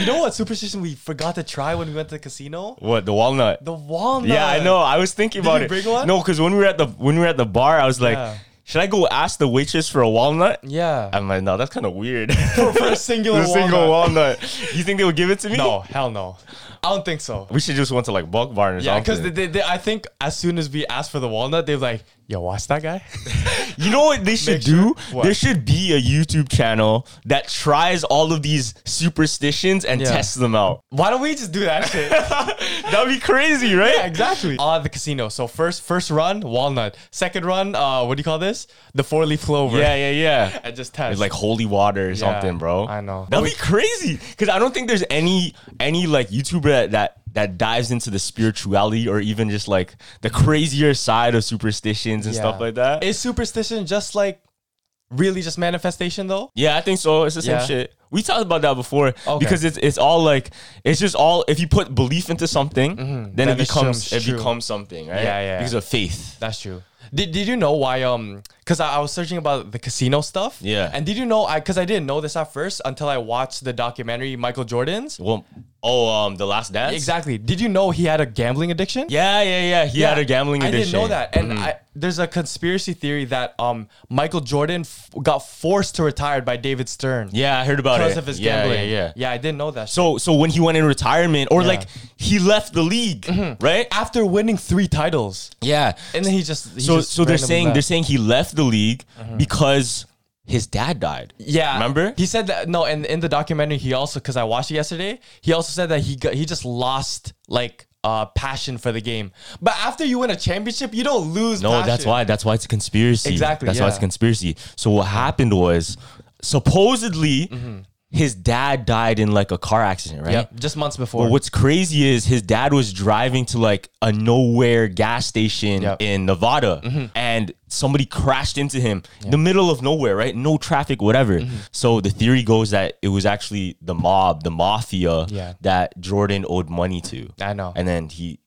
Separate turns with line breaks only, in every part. You know what superstition we forgot to try when we went to the casino?
What the walnut?
The walnut.
yeah, I know. I was thinking
Did
about
you
it.
bring one?
No, because when we were at the when we were at the bar, I was like,
Yeah.
should I go ask the waitress for a walnut?
Yeah.
I'm like, no, that's kind of weird.
for a singular
a single walnut. You think they would give it to me?
No, hell no. I don't think so.
We should just went to like bulk barn or
Yeah, because
something.
they, they, they- I think as soon as we asked for the walnut, they're like, "Yo, watch that guy."
you know what they should
Make sure-
do?
What?
There should be a YouTube channel that tries all of these superstitions and
Yeah.
tests them out.
Why don't we just do that shit?
That'd be crazy, right?
yeah, exactly. All at the casino. So first, first run, walnut. Second run, uh, what do you call this? The four leaf clover.
Yeah, yeah, yeah.
I just test.
It's like holy water or something, bro.
I know.
That'd
We-
be crazy. Cause I don't think there's any any like YouTuber that, that that dives into the spirituality or even just like the crazier side of superstitions and stuff
Yeah.
like that.
Is superstition just like really just manifestation though?
yeah, I think so. It's the same
Yeah.
shit. We talked about that before
Okay.
because it's it's all like it's just all if you put belief into something, then
Mm-hmm. then
it
it
becomes
becomes
it
true.
becomes something, right?
Yeah, yeah.
Because of faith.
That's true. Did, did you know why? Um, because I, I was searching about the casino stuff.
Yeah.
And did you know? I because I didn't know this at first until I watched the documentary Michael Jordan's.
Well, oh, um, the last dance.
Exactly. Did you know he had a gambling addiction?
Yeah, yeah, yeah. He had a gambling addiction. Mm-hmm.
I didn't know that. And I, there's a conspiracy theory that um Michael Jordan f- got forced to retire by David Stern
Yeah, I heard about it
because of his
Yeah,
gambling.
Yeah, yeah.
I didn't know that. So
So so when he went in retirement or like he left the league, right?
after winning three titles,
Yeah.
Mm-hmm. Ah, and then he just he
so
just
so they're
randomly left.
saying
Mm-hmm.
they're saying he left the league because his dad died.
Yeah,
Remember?
he said that no, and in the documentary he also because I watched it yesterday, he also said that he got, he just lost like uh passion for the game. But after you win a championship, you don't lose.
no, that's
passion.
why that's why it's a conspiracy.
Exactly,
That's why it's a
yeah.
conspiracy. So what happened was supposedly
Mm-hmm.
his dad died in like a car accident, right?
Yep, just months before.
But what's crazy is his dad was driving to like a nowhere gas station
Yep. Mm-hmm.
in Nevada and somebody crashed into him in the middle of nowhere, right? No traffic, whatever.
Mm-hmm.
So the theory goes that it was actually the mob, the mafia
Yeah.
that Jordan owed money to.
I know.
And then he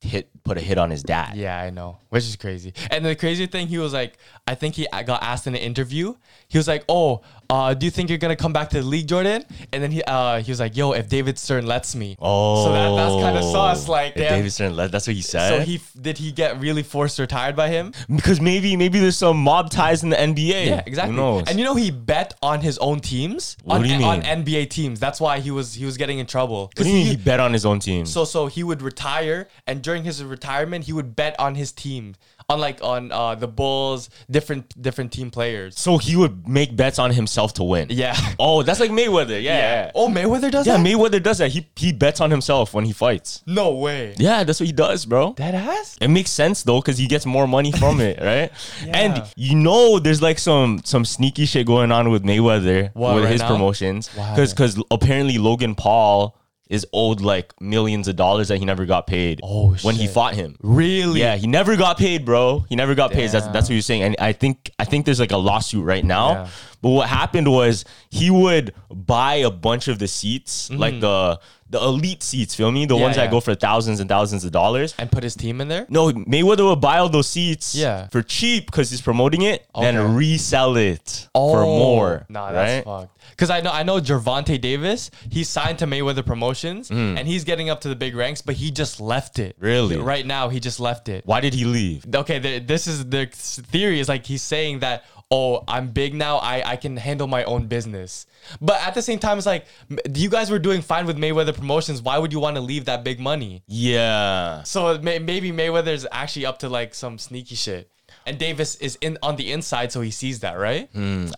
hit put a hit on his dad.
Yeah, I know, which is crazy. And the crazy thing, he was like, I think he got asked in an interview. He was like, "Oh, uh, do you think you're gonna come back to the league, Jordan?" And then he uh, he was like, "Yo, if David Stern lets me."
Oh.
so that, that's kind of sauce. Like,
Yeah,
damn.
Oh. David Stern, that- that's what he said.
so he f- did he get really forced retired by him?
because maybe maybe there's some mob ties in the NBA.
Yeah, exactly.
Who knows?
And you know he bet on his own teams,
What
on,
do you mean?
on NBA teams. That's why he was he was getting in trouble.
what do you mean he bet on his own team?
so so he would retire, and during his retirement, he would bet on his team, on like on uh, the Bulls, different different team players.
So he would make bets on himself to win.
Yeah.
Oh, that's like Mayweather. Yeah. Yeah,
Oh, Mayweather does that.
Mayweather does that. He he bets on himself when he fights.
no way.
Yeah, that's what he does, bro.
That ass.
It makes sense though, because he gets more money from it, right? And you know, there's like some some sneaky shit going on with Mayweather
What,
with
right
his
now?
promotions,
What
because because apparently Logan Paul is owed like millions of dollars that he never got paid.
Oh,
when he
shit.
fought him.
Really?
Yeah, he never got paid, bro. He never got paid. That's that's what you're saying. And I think I think there's like a lawsuit right now.
Yeah.
But what happened was he would buy a bunch of the seats, like the the elite seats, feel me? The
Mm-hmm. Yeah,
ones
yeah.
that go for thousands and thousands of dollars.
And put his team in there?
No, Mayweather would buy all those seats
Yeah.
for cheap because he's promoting it,
Okay.
then resell it for more.
Oh. Nah,
right?
that's fucked. Because I know I know Gervonta Davis. He signed to Mayweather Promotions, and he's getting up to the big ranks, but he just left it.
Mm. Really?
Right now, he just left it.
Why did he leave?
Okay, the, this is the theory. Is like he's saying that. Oh, I'm big now. I, I can handle my own business. But at the same time, it's like m- you guys were doing fine with Mayweather Promotions. Why would you want to leave that big money?
Yeah.
So it may, maybe Mayweather's actually up to like some sneaky shit, and Davis is in on the inside, so he sees that, right?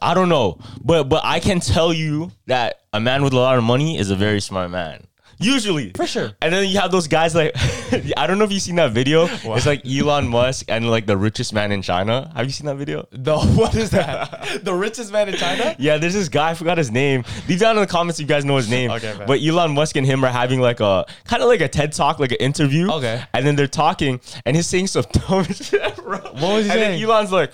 I don't know, but but I can tell you that a man with a lot of money is a very smart man. Usually,
For sure.
And then you have those guys like I don't know if you've seen that video. It's like Elon Musk and like the richest man in China. Have you seen that video?
The Oh, what is that? the richest man in China?
Yeah, there's this guy. I forgot his name. Leave down in the comments if you guys know his name.
Okay, man.
But Elon Musk and him are having like a kind of like a TED talk, like an interview.
Okay.
And then they're talking, and he's saying some dumb shit, bro. What
was he
and
saying?
Then Elon's like,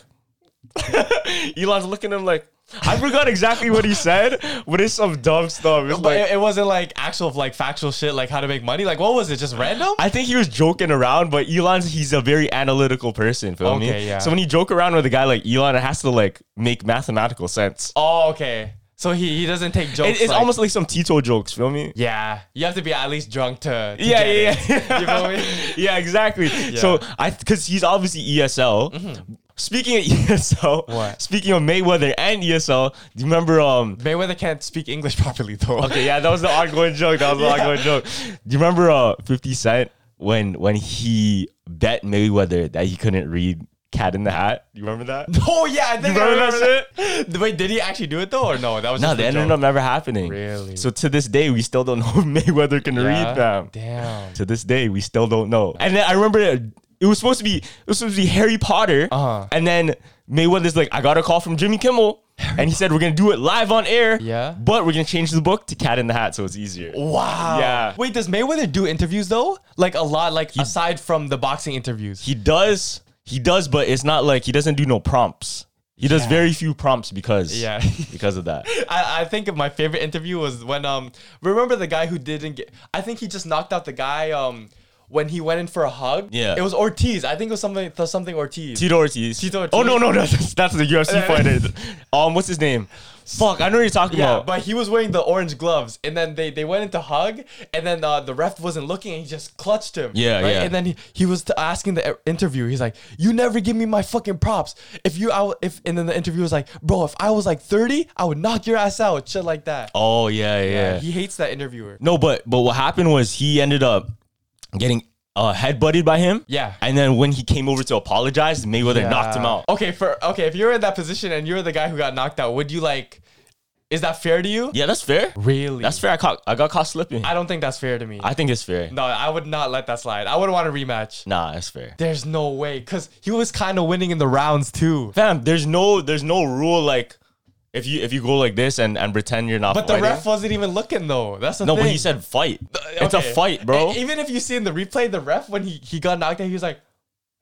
Elon's looking at him like, I forgot exactly what he said, but it's some dumb stuff. It's
But
like.
it, it wasn't like actual like factual shit like how to make money. Like what was it? Just random?
I think he was joking around, but Elon's he's a very analytical person, feel
Okay,
me?
yeah.
So when you joke around with a guy like Elon, it has to like make mathematical sense.
oh, okay. So he, he doesn't take jokes.
It- it's
like-
almost like some Tito jokes, feel me?
yeah. You have to be at least drunk to, to
yeah,
get
yeah,
it.
yeah.
You feel me?
yeah, exactly. So I because he's obviously ESL. Speaking of ESL,
Mm-hmm. What?
speaking of Mayweather and ESL, do you remember? Um,
Mayweather can't speak English properly though.
okay, yeah, that was the ongoing joke. That was the ongoing joke. Do you remember uh, Fifty Cent when when he bet Mayweather that he couldn't read Cat in the Hat? Do you remember that?
Oh yeah, I think I
remember that
remember that Wait, did he actually do it though, or no? That was
No,
just
the
a
ended
joke.
up never happening.
Really?
So to this day, we still don't know if Mayweather can
Yeah?
read them.
Damn.
To this day, we still don't know. And then I remember it, it was supposed to be it was supposed to be Harry Potter.
Uh-huh.
And then Mayweather's like, I got a call from Jimmy Kimmel, and he said we're gonna do it live on air.
Yeah. Oh.
But we're gonna change the book to Cat in the Hat, so it's easier.
Wow.
Yeah.
Wait, does Mayweather do interviews though? Like a lot, like aside from the boxing interviews.
He does, he does, but it's not like he doesn't do no prompts. He does very few prompts because
Yeah.
because of that.
I, I think my favorite interview was when um remember the guy who didn't get I think he just knocked out the guy um when he went in for a hug.
Yeah.
It was Ortiz. I think it was something th- something Ortiz.
Tito Ortiz.
Tito Ortiz.
Oh no no no that's, that's the
Uh,
UFC fighter. Um, what's his name? Fuck, I know what you're talking
yeah,
about.
but he was wearing the orange gloves, and then they, they went into hug, and then uh, the ref wasn't looking, and he just clutched him.
Yeah, yeah.
And then he, he was t- asking the e- interview. He's like, "You never give me my fucking props. If you, I w- if." And then the interview was like, "Bro, if I was like thirty, I would knock your ass out." Shit like that.
oh yeah yeah.
He hates that interviewer.
No, but but what happened was he ended up getting uh, headbutted by him.
Yeah.
And then when he came over to apologize, Mayweather knocked him
Yeah.
out. Oh,
Okay, for okay, if you're in that position and you're the guy who got knocked out, would you like? Is that fair to you?
Yeah, that's fair.
Really?
That's fair. I caught I got caught slipping.
I
I,
don't think that's fair to me.
think it's fair.
no, I would not let that slide. I would want a rematch.
Nah, that's fair.
There's no way, cause he was kind of winning in the rounds too.
Fam, there's no there's no rule like if you if you go like this and and pretend you're not.
But the ref
fighting.
wasn't even looking though. That's the
eh? No,
thing.
but he said fight.
Okay.
It's a fight, bro.
E- even if you see in the replay, the ref when he he got knocked out, he was like,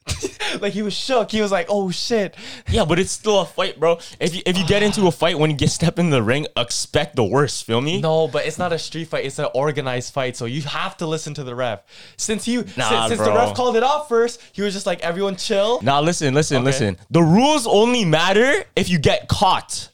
like he was shook. He was like, oh shit.
Yeah, but it's still a fight, bro. If you if you get into a fight when you get step in the ring, expect the worst. Feel me?
No, but it's not a street fight. It's an organized fight, so you have to listen to the ref. Since you,
Nah,
since, since the
bro.
ref called it off first, he was just like, "Everyone chill."
Now listen, listen, listen. The rules only matter if you get caught.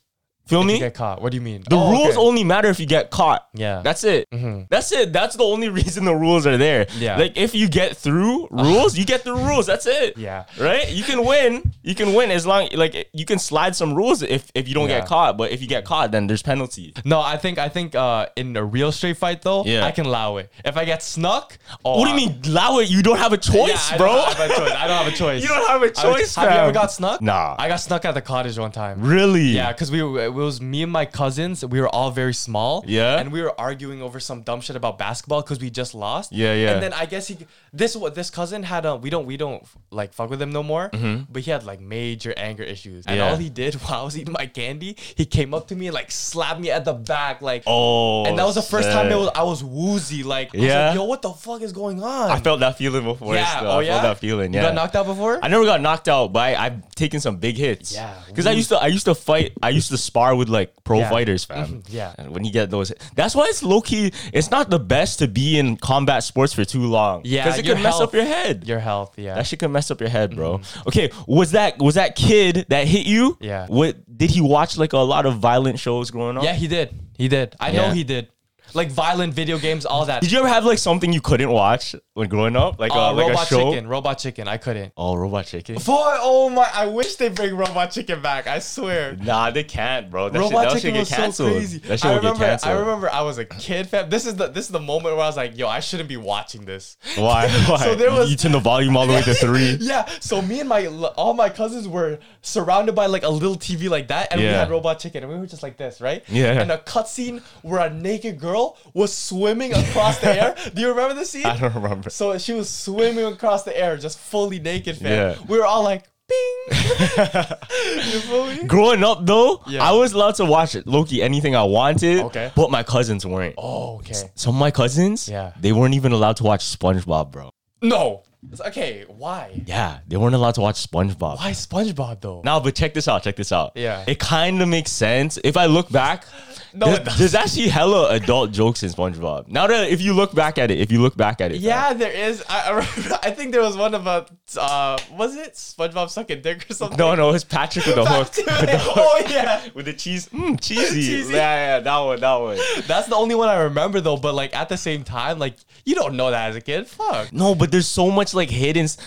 Feel
You
me?
get caught. What do you mean?
the rules only matter if you get caught.
Yeah. Mm-hmm.
That's it. That's it. That's the only reason the rules are there.
Yeah.
Like if you get through rules, you get through rules. That's it.
Yeah.
Right? You can win. You can win as long like you can slide some rules if if you don't
Yeah.
get caught. But if you get caught, then there's penalty.
No, I think I think uh, in a real street fight though,
Yeah.
I can allow it. If I get snuck, oh,
What do
I-
you mean, allow it? You don't have a choice,
Yeah, I
bro.
Don't have a choice. I don't have a choice.
You don't have a
I was-
choice,
Have you ever
fam.
got snuck?
Nah.
I got snuck at the cottage one time.
really?
Yeah, because we, were- we was me and my cousins. We were all very small.
Yeah.
And we were arguing over some dumb shit about basketball because we just lost.
Yeah, yeah.
And then I guess he this wa- this cousin had um we don't we don't like fuck with him no more. But he had like major anger issues. And
Mm-hmm. Yeah.
all he did while I was eating my candy, he came up to me and like slapped me at the back like.
Oh,
And that was the first time it
shit.
was I was woozy like. I
Yeah.
was like, Yo, what the fuck is going on?
I felt that feeling before.
Yeah.
still.
oh
I
yeah.
felt that feeling. Yeah.
You got knocked out before?
I never got knocked out, but I, I've taken some big hits.
Yeah.
Because I used to, I used to fight. I used to spar with like pro
Yeah. Mm-hmm,
fighters, fam.
Yeah.
And when you get those, that's why it's low key. It's not the best to be in combat sports for too long.
Yeah,
Because it
your
can mess
health.
up your head.
Your health. Yeah.
that shit could mess up your head, bro. Okay, was that was that kid that hit you?
Yeah.
What did he watch like a lot of violent shows growing up?
Yeah, he did. He did. I know
Yeah.
he did. Like violent video games, all that.
Did you ever have like something you couldn't watch when growing up, like
uh,
a, like
Robot
a show?
Chicken. Robot Chicken. I couldn't.
Oh, Robot Chicken.
Boy, oh my! I wish they bring Robot Chicken back. I swear.
Nah, they can't, bro. That
Robot
shit, that
Chicken
shit
was
get canceled.
so crazy.
That shit
I
will
remember.
get canceled.
I remember. I was a kid. Fam. This is the this is the moment where I was like, "Yo, I shouldn't be watching this."
Why? Why?
So there was-
you turn the volume all the way to three.
Yeah. So me and my all my cousins were surrounded by like a little TV like that, and we
Yeah.
had Robot Chicken, and we were just like this, right?
Yeah.
And a cutscene where a naked girl was swimming across the air. Do you remember the scene?
I don't remember.
So she was swimming across the air, just fully naked, fam.
Yeah.
We were all like, "Bing!" you feel me?
Growing up though,
Yeah.
I was allowed to watch Loki anything I wanted.
Okay.
But my cousins weren't.
Oh, okay.
Some of my cousins,
Yeah.
they weren't even allowed to watch SpongeBob, bro.
No. It's- Okay. Why?
Yeah, they weren't allowed to watch SpongeBob.
Why SpongeBob though?
Now, but check this out. Check this out.
Yeah.
It kind of makes sense. If I look back,
No,
there's,
it doesn't.
there's actually hella adult jokes in SpongeBob. Now that if you look back at it, if you look back at it.
Yeah, there is. I, I remember- I think there was one about uh, was it SpongeBob sucking dick or something?
No, no, it's Patrick with the hook.
oh yeah.
With the cheese. Mm, cheesy.
Cheesy.
Yeah, yeah, that one, that one.
That's the only one I remember though, but like at the same time, like you don't know that as a kid. Fuck.
No, but there's so much like hidden. s-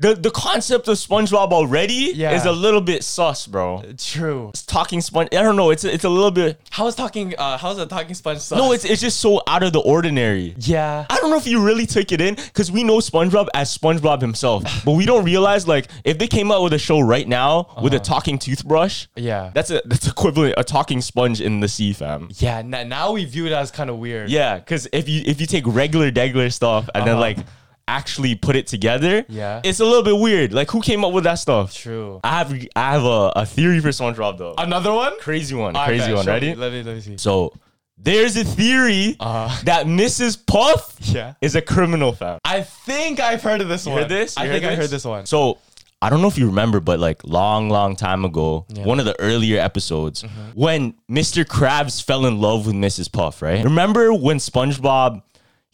The the concept of SpongeBob already
Yeah.
is a little bit sus, bro.
True.
It's talking Sponge. I don't know. It's a, it's a little bit.
How is talking uh how's the talking sponge sauce?
No, it's it's just so out of the ordinary.
yeah.
I don't know if you really took it in because we know SpongeBob as SpongeBob himself, but we don't realize like if they came out with a show right now with a talking toothbrush,
Yeah.
that's a that's equivalent a talking sponge in the sea, fam.
yeah, n- now we view it as kind of weird.
Yeah, because if you if you take regular degular stuff and then like actually put it together,
Uh-huh. Yeah.
it's a little bit weird. Like who came up with that stuff?
True.
I have I have a, a theory for SpongeBob though.
Another one?
crazy one,
I
crazy
bet.
one.
Show
Ready?
me. Let me let me see.
So there's a theory that Mrs. Puff
Uh-huh. Yeah.
is a criminal, fam.
I think I've heard of this
You
one.
heard this?
I
You
think I heard this one.
So I don't know if you remember, but like long, long time ago, one of the earlier episodes,
Mm-hmm.
when Mr. Krabs fell in love with Mrs. Puff, right? Remember when SpongeBob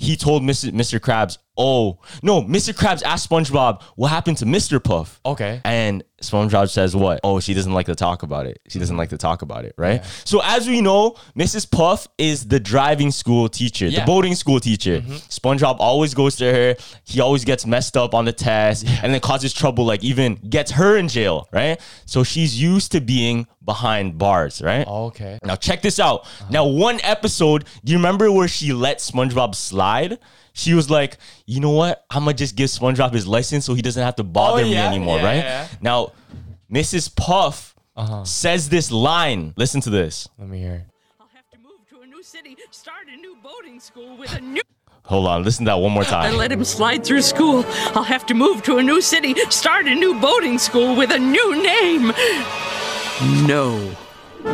he told Mrs. Mr. Krabs, oh no, Mr. Krabs asked SpongeBob what happened to Mr. Puff.
Okay.
And SpongeBob says what? Oh, she doesn't like to talk about it. She
Mm-hmm.
doesn't like to talk about it, right? So as we know, Mrs. Puff is the driving school teacher,
Yeah. Mm-hmm.
the boating school teacher. SpongeBob always goes to her. He always gets messed up on the test and then causes trouble, like even gets her in jail, right? So she's used to being behind bars, right?
okay.
Now check this out. Now one episode, do you remember where she let SpongeBob slide? She was like, you know what? I'ma just give SpongeBob his license so he doesn't have to bother me
Oh, yeah,
anymore,
yeah,
right?
yeah.
Now, Mrs. Puff says this line. Listen to this.
Let me hear.
I'll have to move to a new city, start a new boating school with a new.
Hold on, listen to that one more
I
time.
let him slide through school. I'll have to move to a new city, start a new boating school with a new name. No,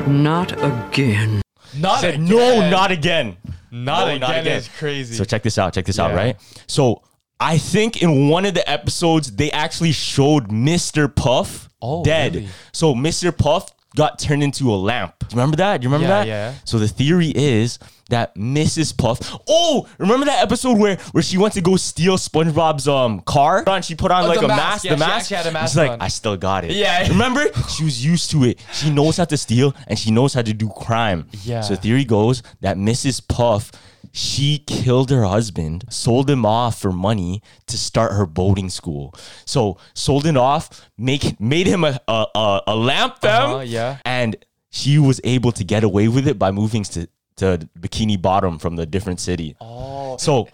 not again.
Not
Said,
again.
no, not again.
Not
No,
again is crazy.
So check this out. Check this out,
Yeah.
right? So I think in one of the episodes they actually showed Mr. Puff
Oh,
dead.
really?
So Mr. Puff got turned into a lamp. Do you remember that? Do you remember
Yeah,
that?
yeah.
So the theory is that Mrs. Puff. Oh, remember that episode where where she went to go steal SpongeBob's um car? And she put on
Oh,
like
the
a
mask.
mask.
Yeah,
the
she
mask.
actually had a mask
She's like,
on.
I still got it.
Yeah.
Remember? she was used to it. She knows how to steal and she knows how to do crime.
Yeah.
So theory goes that Mrs. Puff, she killed her husband, sold him off for money to start her boating school. So sold him off, make made him a a, a, a lamp fam.
Uh-huh, yeah.
And she was able to get away with it by moving to to Bikini Bottom from the different city. Oh. So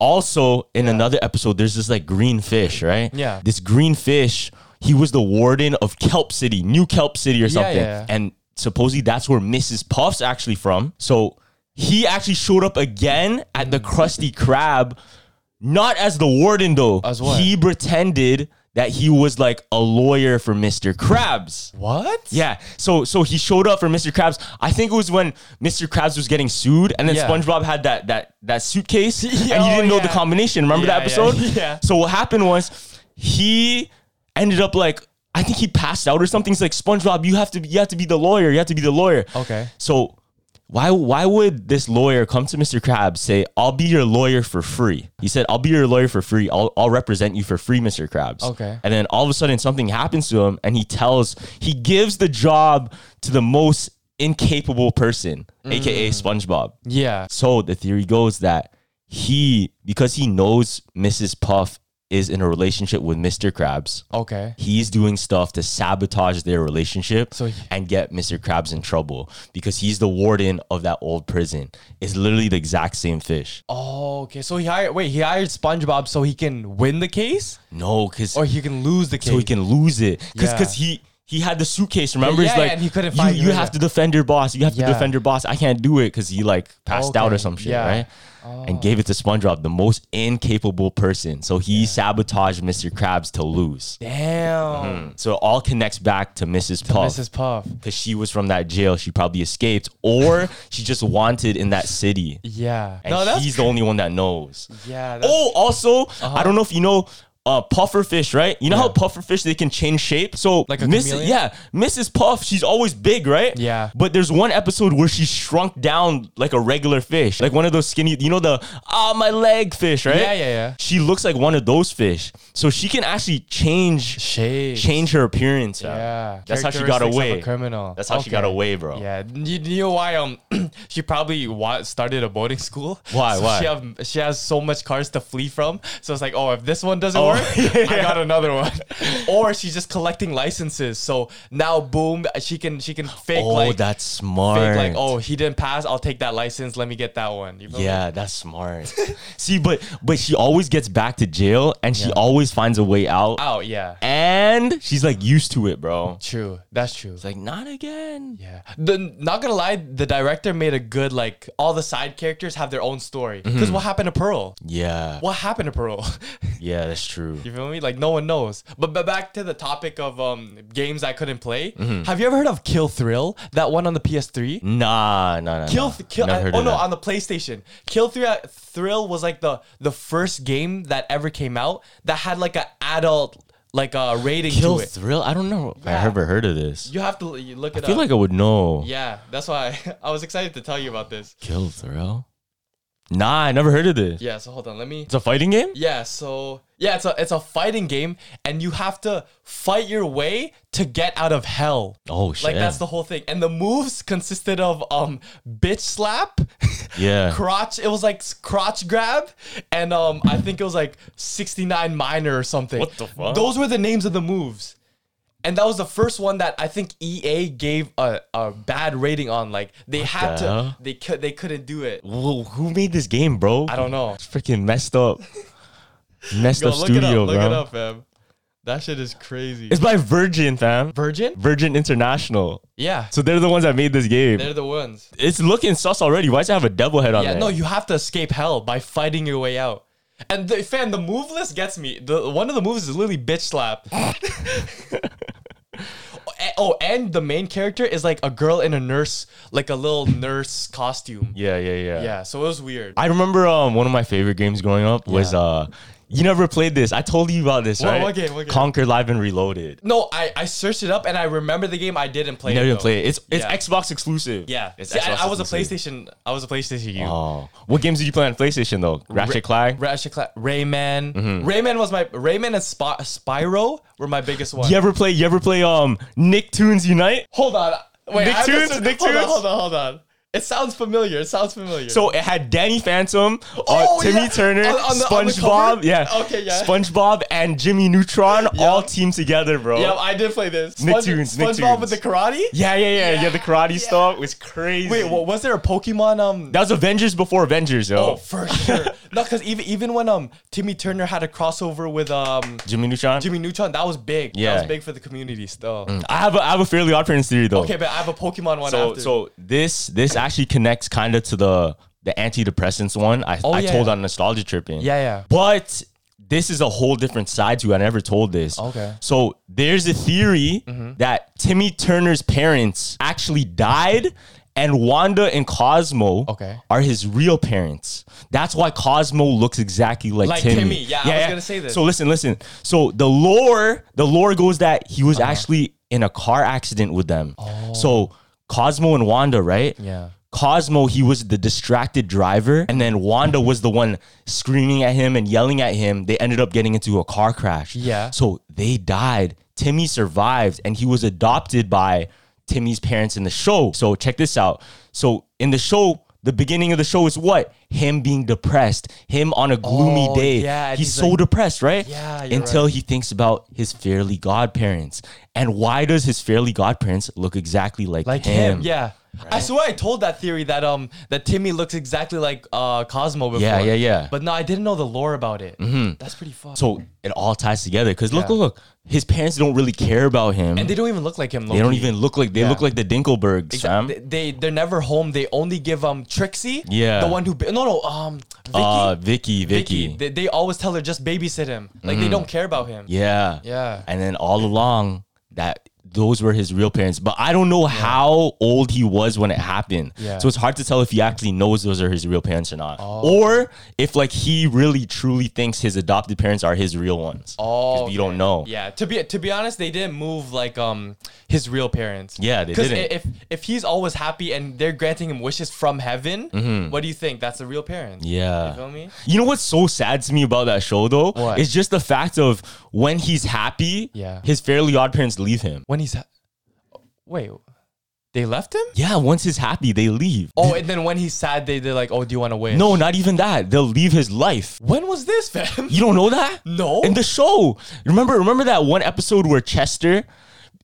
also in another episode, there's this like green fish, right?
Yeah.
This green fish, he was the warden of Kelp City, New Kelp City or
Yeah,
something.
yeah.
And supposedly that's where Mrs. Puff's actually from. So he actually showed up again at the
Mm.
Krusty Krab, not as the warden though.
As what?
He pretended that he was like a lawyer for Mr. Krabs.
What?
Yeah. So so he showed up for Mr. Krabs. I think it was when Mr. Krabs was getting sued, and then
Yeah.
SpongeBob had that that that suitcase, and he
Oh,
didn't know the
yeah.
combination. Remember
Yeah,
that episode?
yeah, yeah.
So what happened was he ended up like I think he passed out or something. He's like SpongeBob, you have to you have to be the lawyer. You have to be the lawyer.
Okay.
So why why would this lawyer come to Mr. Krabs say I'll be your lawyer for free? He said I'll be your lawyer for free. I'll I'll represent you for free, Mr. Krabs.
Okay.
And then all of a sudden something happens to him and he tells he gives the job to the most incapable person, aka SpongeBob.
Yeah.
So the theory goes that he because he knows Mrs. Puff is in a relationship with Mr. Krabs.
Okay.
He's doing stuff to sabotage their relationship
So he-
and get Mr. Krabs in trouble because he's the warden of that old prison. It's literally the exact same fish.
Oh, okay. So he hired. Wait, he hired SpongeBob so he can win the case,
No, because
or he can lose the case.
so he can lose it because
Yeah.
he he had the suitcase. Remember,
Yeah,
he's
yeah,
like
and he couldn't
you,
find-
you have to defend your boss. You have
Yeah.
to defend your boss. I can't do it because he like passed out or
Okay,
some shit,
yeah. Oh.
right? And gave it to SpongeBob, the most incapable person. So he sabotaged Mr. Krabs to lose.
Damn.
So it all connects back to Mrs. Mm-hmm. Puff.
Mrs. Puff.
because she was from that jail. She probably escaped, or she just wanted in that city.
Yeah.
And he's the only one that knows.
Yeah. That's, Uh-huh.
Oh, also, I don't know if you know. Uh, puffer fish, right? You know how puffer fish they can change shape. So
Like a
Miss,
chameleon?
yeah, Mrs. Puff, she's always big, right?
Yeah.
But there's one episode where she shrunk down like a regular fish, like one of those skinny. You know the ah my leg fish, right?
Yeah, yeah, yeah.
She looks like one of those fish, so she can actually change
Shapes.
change her appearance. fam.
Yeah.
that's how she got
Characteristics of
away.
a criminal.
That's how she got
Okay.
away, bro.
Yeah, you, you know why? Um, she probably wa- started a boarding school.
Why,
So
why?
She, have, she has so much cars to flee from. So it's like, oh, if this one doesn't
Oh,
work, I got another one. or she's just collecting licenses. So now, boom, she can she can fake
Oh,
like
that's smart.
fake like, oh, he didn't pass. I'll take that license. Let me get that one. You feel me?
Yeah, that's smart. See, but but she always gets back to jail and she always finds a way out.
Out. Oh, Yeah.
And she's like used to it, bro.
True. That's true.
It's like not again.
Yeah. The, not gonna lie, the director made a good like all the side characters have their own story.
Mm-hmm.
Because what happened to Pearl?
Yeah.
What happened to Pearl?
Yeah, that's true.
You feel me? Like no one knows. But, but back to the topic of um games I couldn't play.
Mm-hmm.
Have you ever heard of Kill Thrill? That one on the PS3.
Nah, nah, nah.
Kill,
nah.
th- kill.
Never
uh,
heard
oh
of
no,
that.
on the PlayStation. Kill Thrill, uh, Thrill was like the the first game that ever came out that had like an adult like a rating
Kill
to it.
Thrill? I don't know. if I ever heard of this.
you have to l- you look it
I feel
up.
like I would know.
yeah, that's why I was excited to tell you about this.
Kill Thrill? Nah, I never heard of this.
Yeah, so hold on, let me.
It's a fighting game?
Yeah, so yeah, it's a it's a fighting game, and you have to fight your way to get out of hell.
Oh shit.
Like that's the whole thing. And the moves consisted of um bitch slap,
Yeah.
crotch. It was like s- crotch grab, and um I think it was like sixty nine minor or something.
What the fuck?
Those were the names of the moves. And that was the first one that I think EA gave a, a bad rating on. Like they had
the
to,
hell?
they could, they couldn't do it.
Whoa, who made this game, bro?
I don't know.
It's freaking messed up. messed
Yo,
up
look it
studio,
up,
bro.
look it up, fam. That shit is crazy.
It's by Virgin, fam.
Virgin?
Virgin International.
Yeah,
So they're the ones that made this game.
they're the ones.
it's looking sus already. Why does it have a devil head on
Yeah,
there?
no, you have to escape hell by fighting your way out. And the, fan, the move list gets me. The one of the moves is literally bitch slap. A- oh, and the main character is like a girl in a nurse, like a little nurse costume.
yeah, yeah, yeah.
Yeah, so it was weird.
I remember um one of my favorite games growing up was
Yeah.
uh you never played this. I told you about this,
What-
right?
what game, what game?
Conquer Live and Reloaded.
no, I, I searched it up and I remember the game. I didn't play.
You never
it,
even
though.
played it. It's it's
Yeah.
Xbox exclusive.
Yeah,
It's
See, I,
Xbox
I was a
exclusive.
PlayStation. I was a PlayStation. You.
Oh. What games did you play on PlayStation though? Ratchet Clank?
Ratchet Clank- Rayman.
Mm-hmm.
Rayman was my Rayman and Spy- Spyro were my biggest ones.
you ever play you ever play um Nicktoons Unite?
Hold on. Wait, I have to
Nicktoons?
search- Hold on,
Nicktoons?
hold on, hold on. It sounds familiar. It sounds familiar.
So it had Danny Phantom, uh,
Oh,
Timmy
yeah.
Turner,
On- on the- on the
SpongeBob,
cover?
yeah,
Okay, yeah.
SpongeBob and Jimmy Neutron all teamed together, bro.
yeah, I did play this.
Nicktoons,
SpongeBob with the
Nicktoons.
karate.
yeah, yeah, yeah, yeah, The karate stuff was crazy.
Wait, wa- was there a Pokemon? Um,
that was Avengers before Avengers, yo.
oh, for sure. no, because even even when um Timmy Turner had a crossover with um
Jimmy Neutron.
Jimmy Neutron, that was big. that
Yeah.
was big for the community still.
I have a, I have a fairly odd parents theory though.
Okay, but I have a Pokemon one
so
after.
so this this actually connects kind of to the the antidepressants one I,
Oh,
I
yeah.
told on nostalgia tripping.
Yeah, yeah.
But this is a whole different side to it. I never told this.
Okay. Mm-hmm.
So there's a theory that Timmy Turner's parents actually died. And Wanda and Cosmo
Okay.
are his real parents. That's why Cosmo looks exactly like,
Like
Timmy.
Timmy. Yeah, I was gonna say this.
So listen, listen. So the lore, the lore goes that he
Uh-huh.
was actually in a car accident with them. So Cosmo and Wanda, right?
Oh. Yeah.
Cosmo, he was the distracted driver, and then Wanda was the one screaming at him and yelling at him. They ended up getting into a car crash.
Yeah.
So they died. Timmy survived, and he was adopted by Timmy's parents in the show. So check this out. So in the show, the beginning of the show is what? Him being depressed, him on a gloomy
Oh,
day.
yeah, and
he's,
he's
so
like-
depressed, right?
Yeah, you're
Until he thinks about his fairly godparents. And why does his fairly godparents look exactly like,
like him,
him?
yeah. I swear I told that theory that um that Timmy looks exactly like uh Cosmo before.
Yeah, yeah, yeah. Mm-hmm.
But no, I didn't know the lore about it. That's pretty fun.
So it all ties together. Because look, look, look. His parents don't really care about him.
and they don't even look like him.
They don't
low-key.
even look like they look like the Dinkelbergs, fam.
They, they they're never home. They only give um Trixie,
Yeah.
the one who ba- no no um Vicky,
Uh, Vicky, Vicky. Mm.
Vicky. They, they always tell her just babysit him. Like they don't care about him.
yeah.
Yeah.
And then all along that those were his real parents. But I don't know how old he was when it happened.
Yeah. Oh.
So it's hard to tell if he actually knows those are his real parents or not. Or if like he really truly thinks his adopted parents are his real ones.
Oh,
you don't know.
Yeah, to be to be honest, they didn't move like um his real parents.
Yeah, they
'Cause
didn't.
i- If if he's always happy and they're granting him wishes from heaven, what do you think? That's the real parent.
Mm-hmm. Yeah.
you feel me?
You know what's so sad to me about that show though?
What?
It's just the fact of when he's happy,
Yeah.
his fairly odd parents leave him.
When he's ha- wait, they left him.
Yeah, once he's happy, they leave.
Oh, and then when he's sad, they they're like, oh, do you want to wish?
No, not even that. They'll leave his life.
When was this, fam?
You don't know that?
No.
In the show. Remember, remember that one episode where Chester,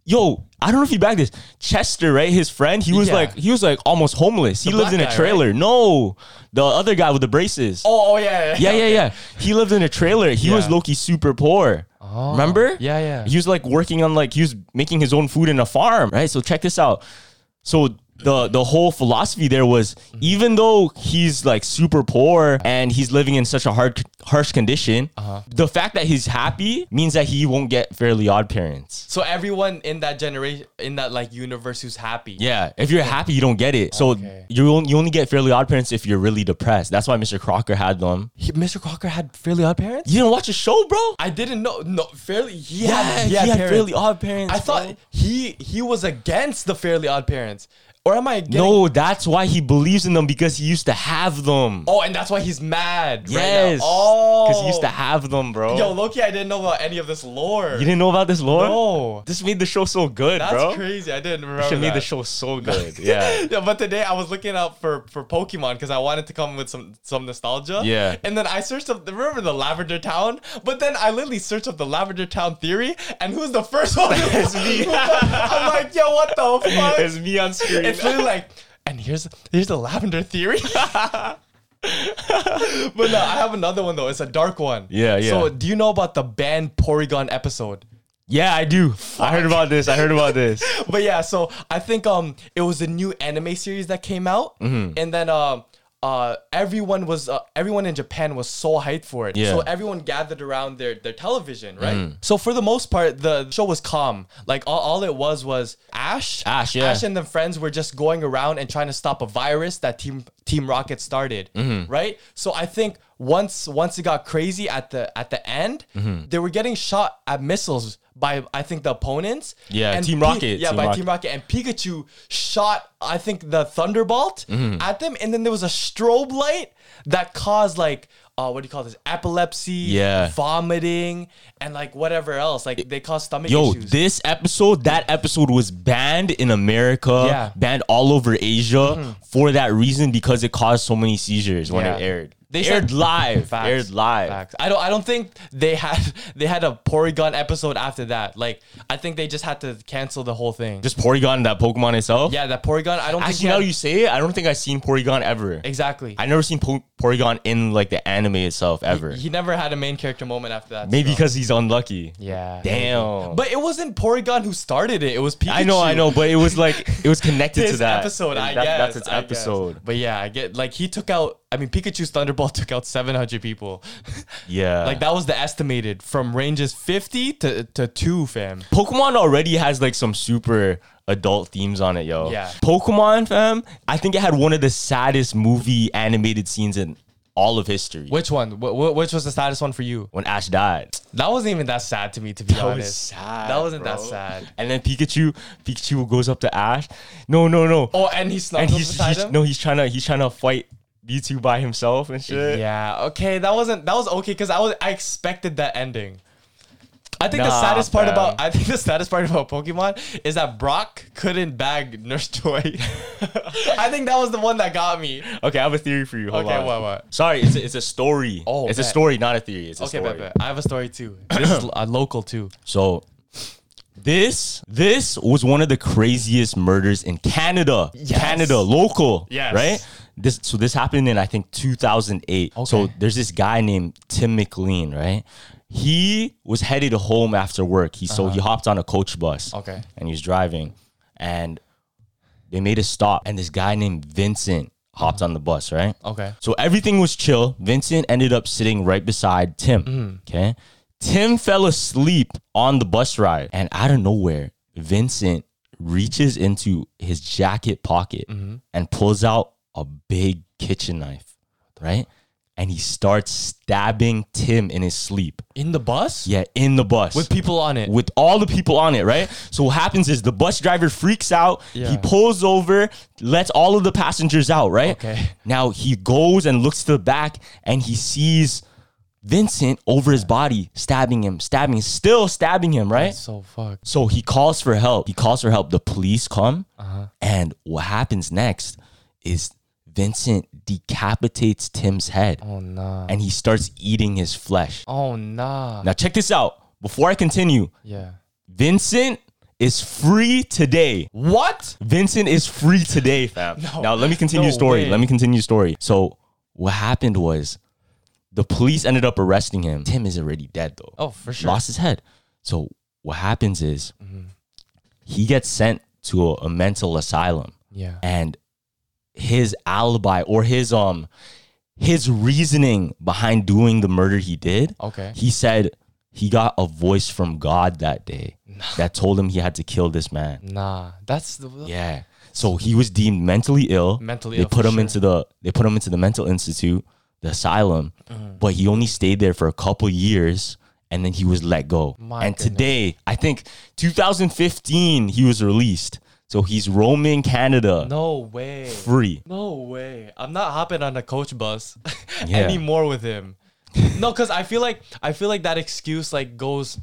yo, I don't know if you back this. Chester, right? His friend, he was
Yeah.
like, he was like almost homeless. He
The
lived
black
in a
guy,
trailer. No. The other guy with the braces.
Oh, oh yeah,
Yeah, yeah, yeah. He lived in a trailer. He was
Yeah. Oh.
Loki super poor. Remember?
Yeah, yeah.
He was like working on like he was making his own food in a farm, right? So check this out. So the the whole philosophy there was
Mm-hmm.
even though he's like super poor and he's living in such a hard harsh condition,
Uh-huh.
the fact that he's happy means that he won't get fairly odd parents.
So everyone in that generation, in that like universe, who's happy.
Yeah, if you're happy, you don't get it. So you on- you only get fairly odd parents if you're really depressed. That's why Mr. Crocker had them.
He- Mr. Crocker had Fairly Odd Parents.
You didn't watch the show, bro?
I didn't know. No, Fairly. He
Yeah,
had.
he had
parents.
Fairly Odd Parents,
I thought
bro.
he he was against the Fairly Odd Parents, or am I? Getting,
No, that's why he believes in them because he used to have them.
Oh, and that's why he's mad. Right
yes.
now. Oh.
Because he used to have them, bro.
Yo, Loki, I didn't know about any of this lore.
you didn't know about this lore?
No.
This made the show so good,
That's
bro.
crazy. I didn't remember.
It made the
that.
show so good. yeah.
Yeah, but today I was looking up for for Pokemon because I wanted to come with some some nostalgia.
Yeah.
And then I searched up. Remember the Lavender Town? But then I literally searched up the Lavender Town theory, and who's the first one? it's me. I'm like, yo, what the fuck?
It's me on screen.
It's literally like, and here's here's the Lavender theory. but no, I have another one though. It's a dark one.
Yeah, yeah.
So do you know about the banned Porygon episode?
yeah, I do. I heard about this. I heard about this.
but yeah, so I think um it was a new anime series that came out,
Mm-hmm.
and then um uh everyone was uh, everyone in Japan was so hyped for it.
Yeah. Mm.
So everyone gathered around their their television, right? So for the most part, the show was calm. Like all, all it was was Ash,
Ash, yeah.
Ash and the friends were just going around and trying to stop a virus that Team Team Rocket started,
Mm-hmm.
right? So I think. Once, once it got crazy at the at the end,
Mm-hmm.
they were getting shot at missiles by I think the opponents,
Yeah,
and
Team
Pi-
Rocket,
yeah,
Team
by
Rocket.
Team Rocket. And Pikachu shot, I
Mm-hmm.
think, the Thunderbolt at them. And then there was a strobe light that caused, like, uh, what do you call this? Epilepsy,
Yeah.
vomiting, and like whatever else. Like they cause stomach
Yo,
issues.
this episode, that episode was banned in America,
Yeah.
banned all over Asia for that reason because it caused so many seizures when it
Yeah.
aired.
They
aired
said-
live.
Facts,
Aired live.
facts. I don't. I don't think they had they had a Porygon episode after that. Like I think they just had to cancel the whole thing.
Just Porygon, that Pokemon itself.
yeah, that Porygon. I don't think
Actually,
we
now
had-
you say it, I don't think I've seen Porygon ever.
exactly.
I've never seen po- Porygon in like the anime itself ever.
he never had a main character moment after that.
Maybe
so-
because he's unlucky.
Yeah.
Damn.
But it wasn't Porygon who started it. It was Pikachu.
I know, I know, but it was like it was connected
His
to that
episode, I
That-
guess.
That's its
I guess.
episode.
But yeah, I get like he took out. I mean, Pikachu's Thunderball took out 700 people.
Yeah.
like that was the estimated from ranges 50 to to two, fam.
Pokemon already has like some super adult themes on it, yo.
Yeah.
Pokemon, fam, I think it had one of the saddest movie animated scenes in all of history.
Which one? Wh- wh- which was the saddest one for you?
When Ash died.
That wasn't even that sad to me, to be
That
honest.
was sad.
That wasn't that
bro.
sad.
And then Pikachu, Pikachu goes up to Ash. No, no, no.
Oh, and he snuck
and
up
he's,
beside
he's
him.
no, he's trying to he's trying to fight Mewtwo by himself and shit.
Yeah. Okay. That wasn't. That was okay because I was. I expected that ending. I think the
Nah,
saddest part
fam.
about I think the saddest part about Pokemon is that Brock couldn't bag Nurse Joy. I think that was the one that got me.
Okay, I have a theory for you. Hold
Okay,
on.
what, what?
Sorry, it's a, it's a story.
Oh,
it's a
bet.
story, not a theory. It's a
Okay,
story.
bet, bet. I have a story too. This is a local too.
So this this was one of the craziest murders in Canada. Canada, local.
Yes.
Right? This so this happened in I think 2008. So
Okay.
there's this guy named Tim McLean, right? He was headed home after work. He so he hopped on a coach bus.
Uh-huh. Okay.
And he was driving. And they made a stop. And this guy named Vincent hopped on the bus, right?
Okay.
So everything was chill. Vincent ended up sitting right beside Tim. Okay. Tim fell asleep on the bus ride. And out of nowhere, Vincent reaches into his jacket pocket and pulls out a big kitchen knife, right? And he starts stabbing Tim in his sleep.
In the bus?
Yeah, in the bus
With people on it.
Eh. with all the people on it, right? So what happens is the bus driver freaks out.
Yeah.
He pulls over, lets all of the passengers out, right?
Okay.
Now he goes and looks to the back and he sees Vincent over his body, stabbing him, stabbing, still stabbing him, right?
so fuck.
So he calls for help. He calls for help. The police come.
Uh-huh.
And what happens next is Vincent decapitates Tim's head
Oh nah.
and he starts eating his flesh.
Oh nah.
Now check this out. Before I continue,
Yeah.
Vincent is free today.
What?
Vincent is free today, fam. now let me continue
no
story.
way.
Let me continue story. So what happened was the police ended up arresting him. Tim is already dead though.
Oh, for sure. Mm-hmm.
Lost his head. So what happens is he gets sent to a, a mental asylum
Yeah.
and his alibi or his um his reasoning behind doing the murder he did
Okay.
he said he got a voice from god that day that told him he had to kill this man
Nah. That's the.
yeah so he was deemed mentally ill
Mentally
they
ill,
put
for
him
sure.
into the they put him into the mental institute the asylum
Mm-hmm.
but he only stayed there for a couple years and then he was let go
My
and
goodness.
today i think 2015 he was released so he's roaming canada
No way.
free
No way. I'm not hopping on a coach bus
Yeah.
anymore with him. no, because I feel like I feel like that excuse like goes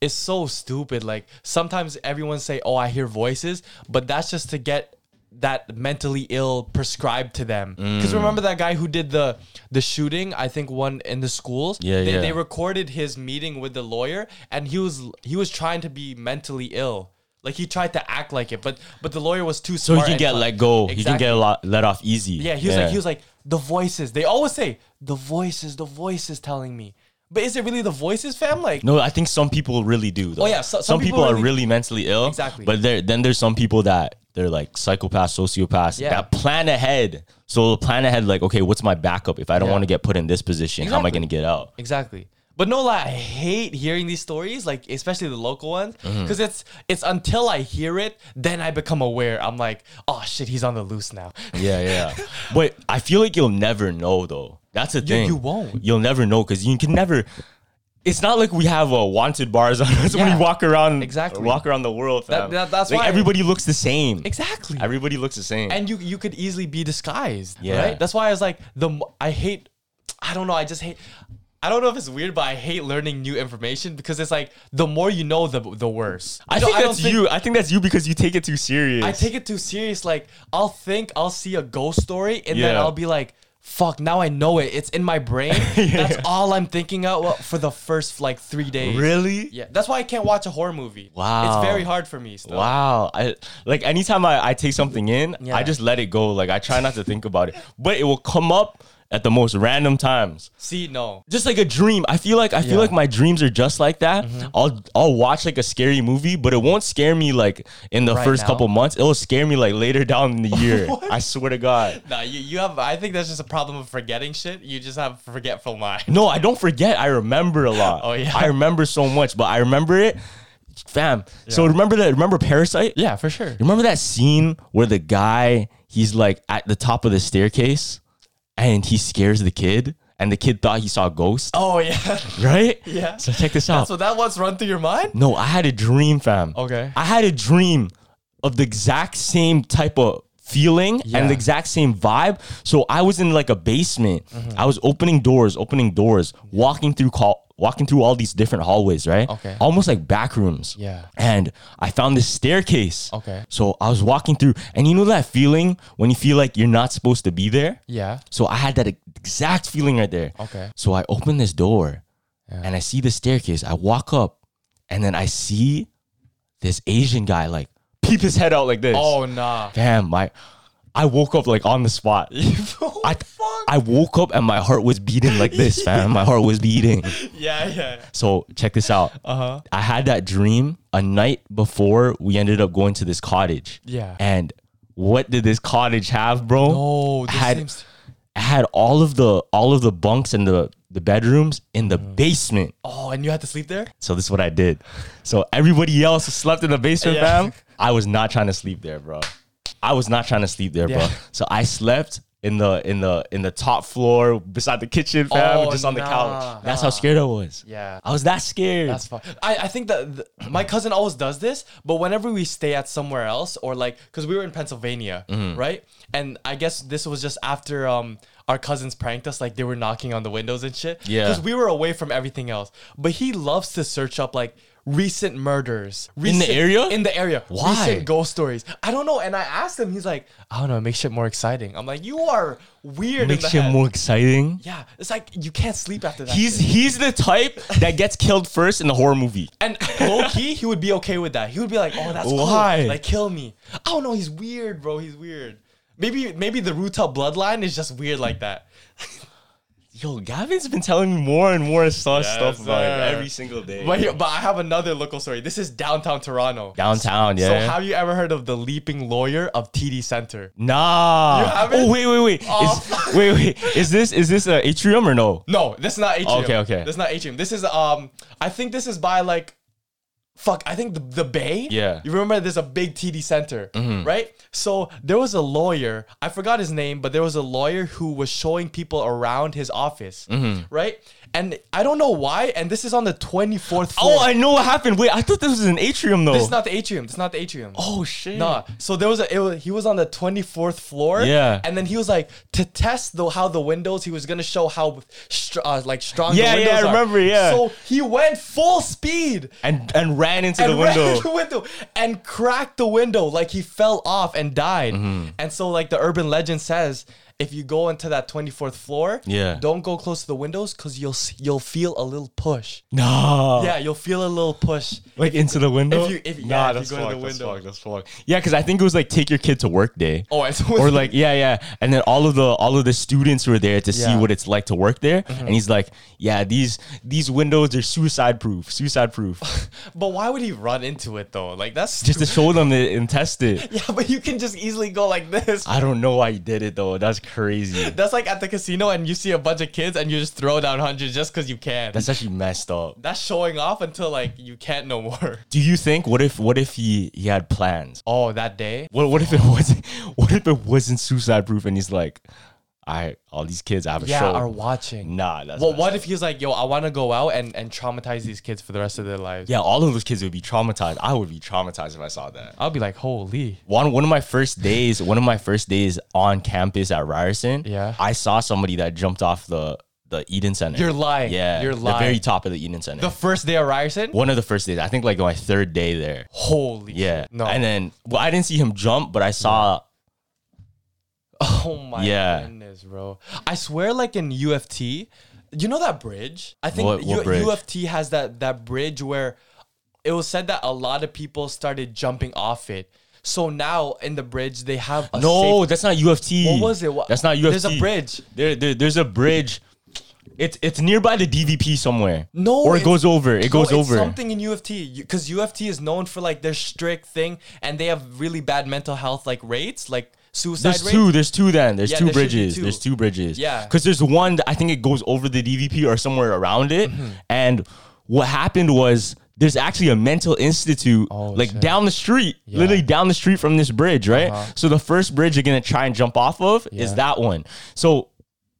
it's so stupid. Like sometimes everyone say, Oh, I hear voices, but that's just to get that mentally ill prescribed to them.
Mm.
Because remember that guy who did the the shooting, I think one in the schools.
Yeah,
they,
yeah.
they recorded his meeting with the lawyer and he was he was trying to be mentally ill. Like he tried to act like it, but but the lawyer was too
So
smart.
he can
and
get
clever.
let go. He can get a
Exactly.
lot let off easy.
Yeah, he was like, he was like, the voices. They always say the voices, the voices telling me. But is it really the voices, fam? Like,
No, I think some people really do. Though.
Oh, yeah, so-
some, people, are really mentally ill.
Exactly.
But there, then there's some people that they're like psychopaths, sociopaths
Yeah.
that plan ahead. So the plan ahead, like, okay, what's my backup if I don't
Yeah.
want to get put in this position? How am I
Exactly.
going to get out?
exactly. But no, lie, I hate hearing these stories, like especially the local ones,
Mm-hmm.
because it's it's until I hear it, then I become aware. I'm like, oh shit, he's on the loose now.
Yeah, yeah. but I feel like you'll never know though. That's the thing.
you won't.
You'll never know because you can never. It's not like we have uh, wanted bars on us when
Yeah.
we walk around.
Exactly.
Walk around the world.
That-
fam.
that- that's
like
why-
everybody looks the same.
Exactly.
Everybody looks the same.
and you you could easily be disguised
Yeah.
right that's why i was like the m- i hate I don't know. I just hate. I don't know if it's weird, but I hate learning new information because it's like the more you know, the the worse.
I,
don't-
think
don't
that's you. I think that's you because you take it too serious.
I take it too serious. Like I'll think I'll see a ghost story, and then
Yeah.
I'll be like, "Fuck!" Now I know it. It's in my brain. That's all I'm thinking out for the first like three days.
really.
Yeah. That's why I can't watch a horror movie.
Wow.
It's very hard for me. Still.
Wow. I like anytime I, I take something in,
Yeah.
I just let it go. Like I try not to think about it. But it will come up at the most random times.
See, no.
Just like a dream. I feel like I feel
Yeah. Mm-hmm.
like my dreams are just like that. I'll I'll watch like a scary movie, but it won't scare me like in the
Right
first
now?
couple months. It'll scare me like later down in the year. I swear to God.
Nah, you, you have. I think that's just a problem of forgetting shit. You just have forgetful mind.
No, I don't forget. I remember a lot.
Oh, yeah.
I remember so much, but I remember it. Fam. So remember that remember Parasite?
Yeah, for sure.
Remember that scene where the guy he's like at the top of the staircase and he scares the kid and the kid thought he saw a ghost,
Oh yeah.
right?
Yeah.
So check this out.
so that one's run through your mind.
no, I had a dream, fam.
Okay.
I had a dream of the exact same type of feeling
Yeah.
and the exact same vibe. So I was in like a basement.
Mm-hmm.
I was opening doors, opening doors, walking through call walking through all these different hallways, right?
Okay.
Almost like back rooms.
Yeah.
And I found this staircase.
Okay.
So I was walking through, and you know that feeling when you feel like you're not supposed to be there?
Yeah.
So I had that e- exact feeling right there.
Okay.
So I open this door and I see the staircase. I walk up and then I see this Asian guy like peep his head out like this.
Oh nah.
damn, my I woke up like on the spot. I, I woke up and my heart was beating like this, fam. My heart was beating.
Yeah, yeah.
So check this out. Uh-huh. I had that dream a night before we ended up going to this cottage.
Yeah.
And what did this cottage have, bro?
No,
It
Oh, this
had
seems-
it had all of the all of the bunks and the the bedrooms in the
Mm.
basement.
Oh, and you had to sleep there.
So this is what I did. So everybody else slept in the basement,
Yeah.
fam. I was not trying to sleep there, bro. I was not trying to sleep there, bro.
Yeah.
So I slept in the in the in the top floor beside the kitchen, fam,
Oh,
just on the
nah,
couch. That's how scared I was.
Yeah.
I was that scared.
That's fun. I, I think that th- my cousin always does this, but whenever we stay at somewhere else or like, cause we were in Pennsylvania,
Mm-hmm.
right? And I guess this was just after um our cousins pranked us, like they were knocking on the windows and shit.
Yeah.
Cause we were away from everything else. But he loves to search up like recent murders
the
recent-
area?
In the area.
Why?
Recent ghost stories. I don't know. And I asked him, he's like, I don't know. It makes shit more exciting. I'm like, you are weird. in the
Makes you
head."
more exciting.
Yeah, it's like you can't sleep after that.
He's
shit.
he's the type that gets killed first in the horror movie.
And low key, he would be okay with that. He would be like, "Oh, that's
Why?
cool. Like, kill me." I don't know. He's weird, bro. He's weird. Maybe, maybe the Ruta bloodline is just weird like that.
Yo, Gavin's been telling me more and more sus stuff
Yes,
about
sir.
it every single day.
But here, but I have another local story. This is downtown Toronto.
Downtown, yeah.
So have you ever heard of the leaping lawyer of TD Center?
Nah.
You haven't?
Oh wait, wait, wait.
Oh,
Is, wait, wait. Is this is this a atrium or no?
No, this is not atrium.
Okay, okay.
This is not atrium. This is um, I think this is by like, fuck. I think the, the Bay.
Yeah. Mm-hmm.
You remember there's a big TD center, right? So there was a lawyer. I forgot his name, but there was a lawyer who was showing people around his office,
Mm-hmm.
right? And I don't know why. And this is on the 24th floor.
Oh, I know what happened. Wait, I thought this was an atrium though.
This is not the atrium. This is not the atrium.
oh shit.
Nah, so there was a it was, he was on the 24th floor.
Yeah.
and then he was like to test the how the windows. He was gonna show how str- uh, like strong.
Yeah, yeah,
the windows
I
are.
remember, yeah.
so he went full speed
And and ran into the
and ran
window.
into the window and cracked the window like he fell off and died.
Mm-hmm.
And so like the urban legend says, if you go into that 24th floor,
Yeah.
don't go close to the windows because you'll s- you'll feel a little push.
Nah.
Yeah, you'll feel a little push.
Like into the window.
if you- if- yeah,
nah,
if you
that's
go to the
fucked, that's
window.
fucked, that's fucked. Yeah, because I think it was like take your kid to work day.
Oh, and so
or like yeah yeah and then all of the all of the students were there to see
Yeah. Mm-hmm.
what it's like to work there and he's like yeah these these windows are suicide proof suicide proof
but why would he run into it though? Like that's
just to show them it and test it
Yeah, but you can just easily go like this.
i don't know why he did it though that's crazy
That's like at the casino and you see a bunch of kids and you just throw down hundreds just because you can.
that's actually messed up
That's showing off until like you can't no more.
do you think what if what if he he had plans
Oh, that day?
what, what if it wasn't what if it wasn't suicide proof and he's like i all these kids i have a
Yeah,
show
are watching.
nah that's
Well,
messed
what
up.
if he's like, yo, I want to go out and, and traumatize these kids for the rest of their lives?
yeah all of those kids would be traumatized i would be traumatized if i saw that
I'll be like, holy.
one one of my first days, one of my first days on campus at Ryerson,
Yeah.
I saw somebody that jumped off the the Eden Center.
You're lying.
Yeah,
You're
The very
lying.
top of the Eden Center.
The first day of Ryerson?
One of the first days, I think, like my third day there.
Holy
Yeah.
shit. No.
And then, well, I didn't see him jump, but I saw.
Oh my
Yeah.
goodness, bro. I swear, like in UFT, you know that bridge? I think
What- what
U-
bridge?
UFT has that, that bridge where it was said that a lot of people started jumping off it. So now in the bridge, they have a
no,
safe-
that's not UFT.
What was it? What-
That's not UFT.
There's a bridge.
There, there there's a bridge. It's it's nearby the DVP somewhere.
No,
or it
it's-
goes over. It
no,
goes
it's
over.
Something in UFT because UFT is known for like their strict thing, and they have really bad mental health like rates, like suicide
There's
rates.
two. There's two. Then there's
Yeah,
two
there should be
bridges.
two.
There's two bridges.
Yeah.
Because there's one. That I think it goes over the DVP or somewhere around it.
Mm-hmm.
And what happened was there's actually a mental institute
Oh,
like down the street, literally down the street from this bridge, right?
Uh-huh.
So the first bridge you're gonna try and jump off of is that one. So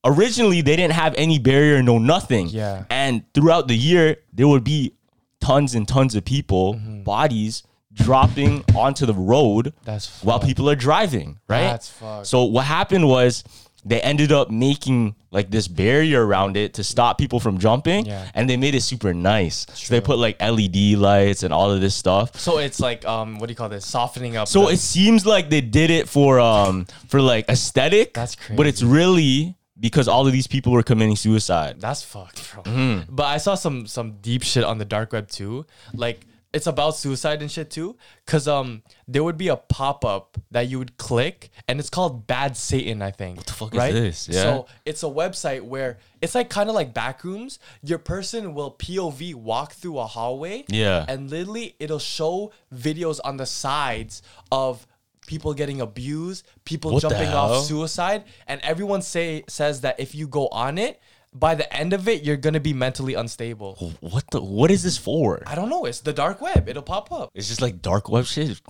originally they didn't have any barrier, no nothing.
Yeah.
And throughout the year there would be tons and tons of people,
Mm-hmm.
bodies dropping onto the road
That's
while people are driving, right?
That's fucked.
So what happened was they ended up making like this barrier around it to stop people from jumping,
Yeah.
and they made it super nice. So they put like LED lights and all of this stuff.
So it's like um, what do you call this? Softening up.
So
the-
it seems like they did it for um for like aesthetic.
That's
But it's really because all of these people were committing suicide.
That's fucked, bro.
Mm-hmm.
But I saw some some deep shit on the dark web too. Like it's about suicide and shit too. Cause um there would be a pop up that you would click, and it's called Bad Satan, I think. What the
fuck is this? Yeah.
So it's a website where it's like kind of like backrooms. Your person will POV walk through a hallway.
Yeah.
And literally, it'll show videos on the sides of people getting abused, people
What the
jumping
hell?
off suicide, and everyone say says that if you go on it, by the end of it, you're gonna be mentally unstable.
What the what is this for?
I don't know. It's the dark web. It'll pop up.
It's just like dark web shit.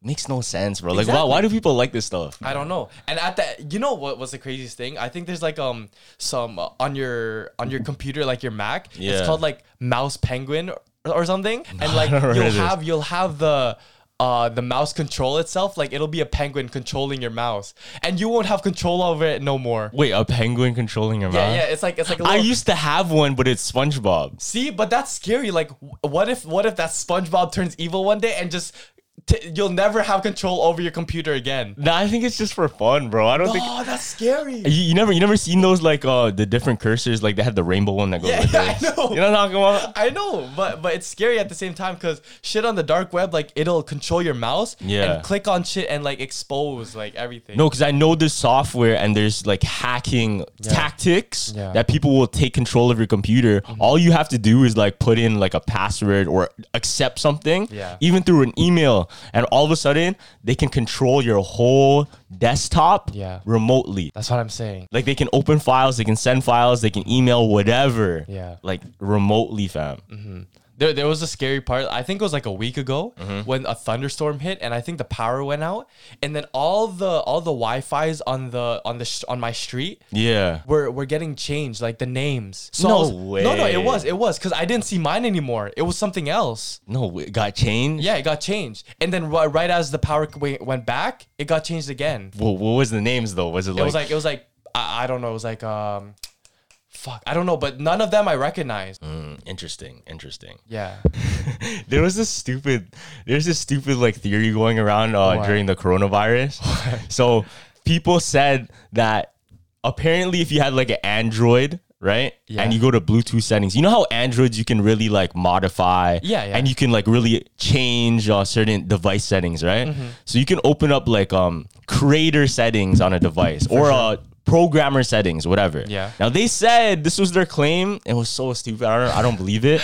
Makes no sense, bro. Like
Exactly.
why why do people like this stuff?
I don't know. And at that, you know what was the craziest thing? I think there's like um some uh, on your on your computer, like your Mac.
Yeah.
It's called like Mouse Penguin or, or something. And like
don't know what
you'll
it is.
have you'll have the. Uh, the mouse control itself, like it'll be a penguin controlling your mouse, and you won't have control over it no more.
Wait, a penguin controlling your
Yeah,
mouth?
yeah, it's like it's like a
I
little-
used to have one, but it's SpongeBob.
See, but that's scary. Like, wh- what if what if that SpongeBob turns evil one day and just t- you'll never have control over your computer again?
Nah, I think it's just for fun, bro. I don't think
Oh, that's scary.
you, you never you never seen those like uh the different cursors like they had the rainbow one that goes
Yeah,
like
yeah, I
this.
know.
You know what I'm talking about?
I know, but but it's scary at the same time because shit on the dark web, like it'll control your mouse
Yeah.
and click on shit and like expose like everything.
No, because I know there's software and there's like hacking tactics
Yeah. Mm-hmm.
that people will take control of your computer. All you have to do is like put in like a password or accept something,
Yeah.
even through an email, and all of a sudden they can control your whole desktop
Yeah.
remotely.
that's what I'm saying.
Like they can open files, they can send files, they can email whatever.
Yeah. Mm-hmm.
Like remotely, fam.
There, there was a scary part. I think it was like a week ago
Mm-hmm.
when a thunderstorm hit, and I think the power went out, and then all the all the Wi-Fi's on the on the sh- on my street
Yeah.
were were getting changed, like the names. So I
No
was- No, no,
way.
it was, it was, because I didn't see mine anymore. It was something else.
No, it got changed.
Yeah, it got changed, and then right, right as the power w- went back, it got changed again.
Well, what was the names though? Was it like?
it was like it was like I, I don't know. It was like um, fuck, I don't know, but none of them I recognized.
interesting, interesting.
Yeah,
There was this stupid, there's this stupid like theory going around uh, during the coronavirus. So people said that apparently if you had like an Android. Right,
Yeah.
and you go to Bluetooth settings. You know how Androids you can really like modify,
Yeah, yeah.
and you can like really change uh, certain device settings, right?
Mm-hmm.
So you can open up like um creator settings on a device or uh programmer settings, whatever.
Yeah.
Now they said this was their claim. It was so stupid. I don't I don't believe it.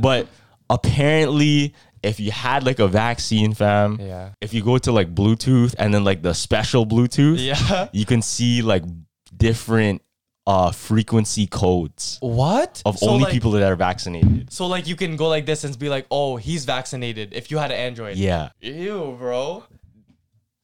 But apparently if you had like a vaccine, fam,
Yeah.
if you go to like Bluetooth and then like the special Bluetooth,
Yeah.
you can see like different uh frequency codes
what
of
So,
only
like-
people that are vaccinated.
So like you can go like this and be like, oh, he's vaccinated. If you had an Android.
Yeah.
Ew, bro.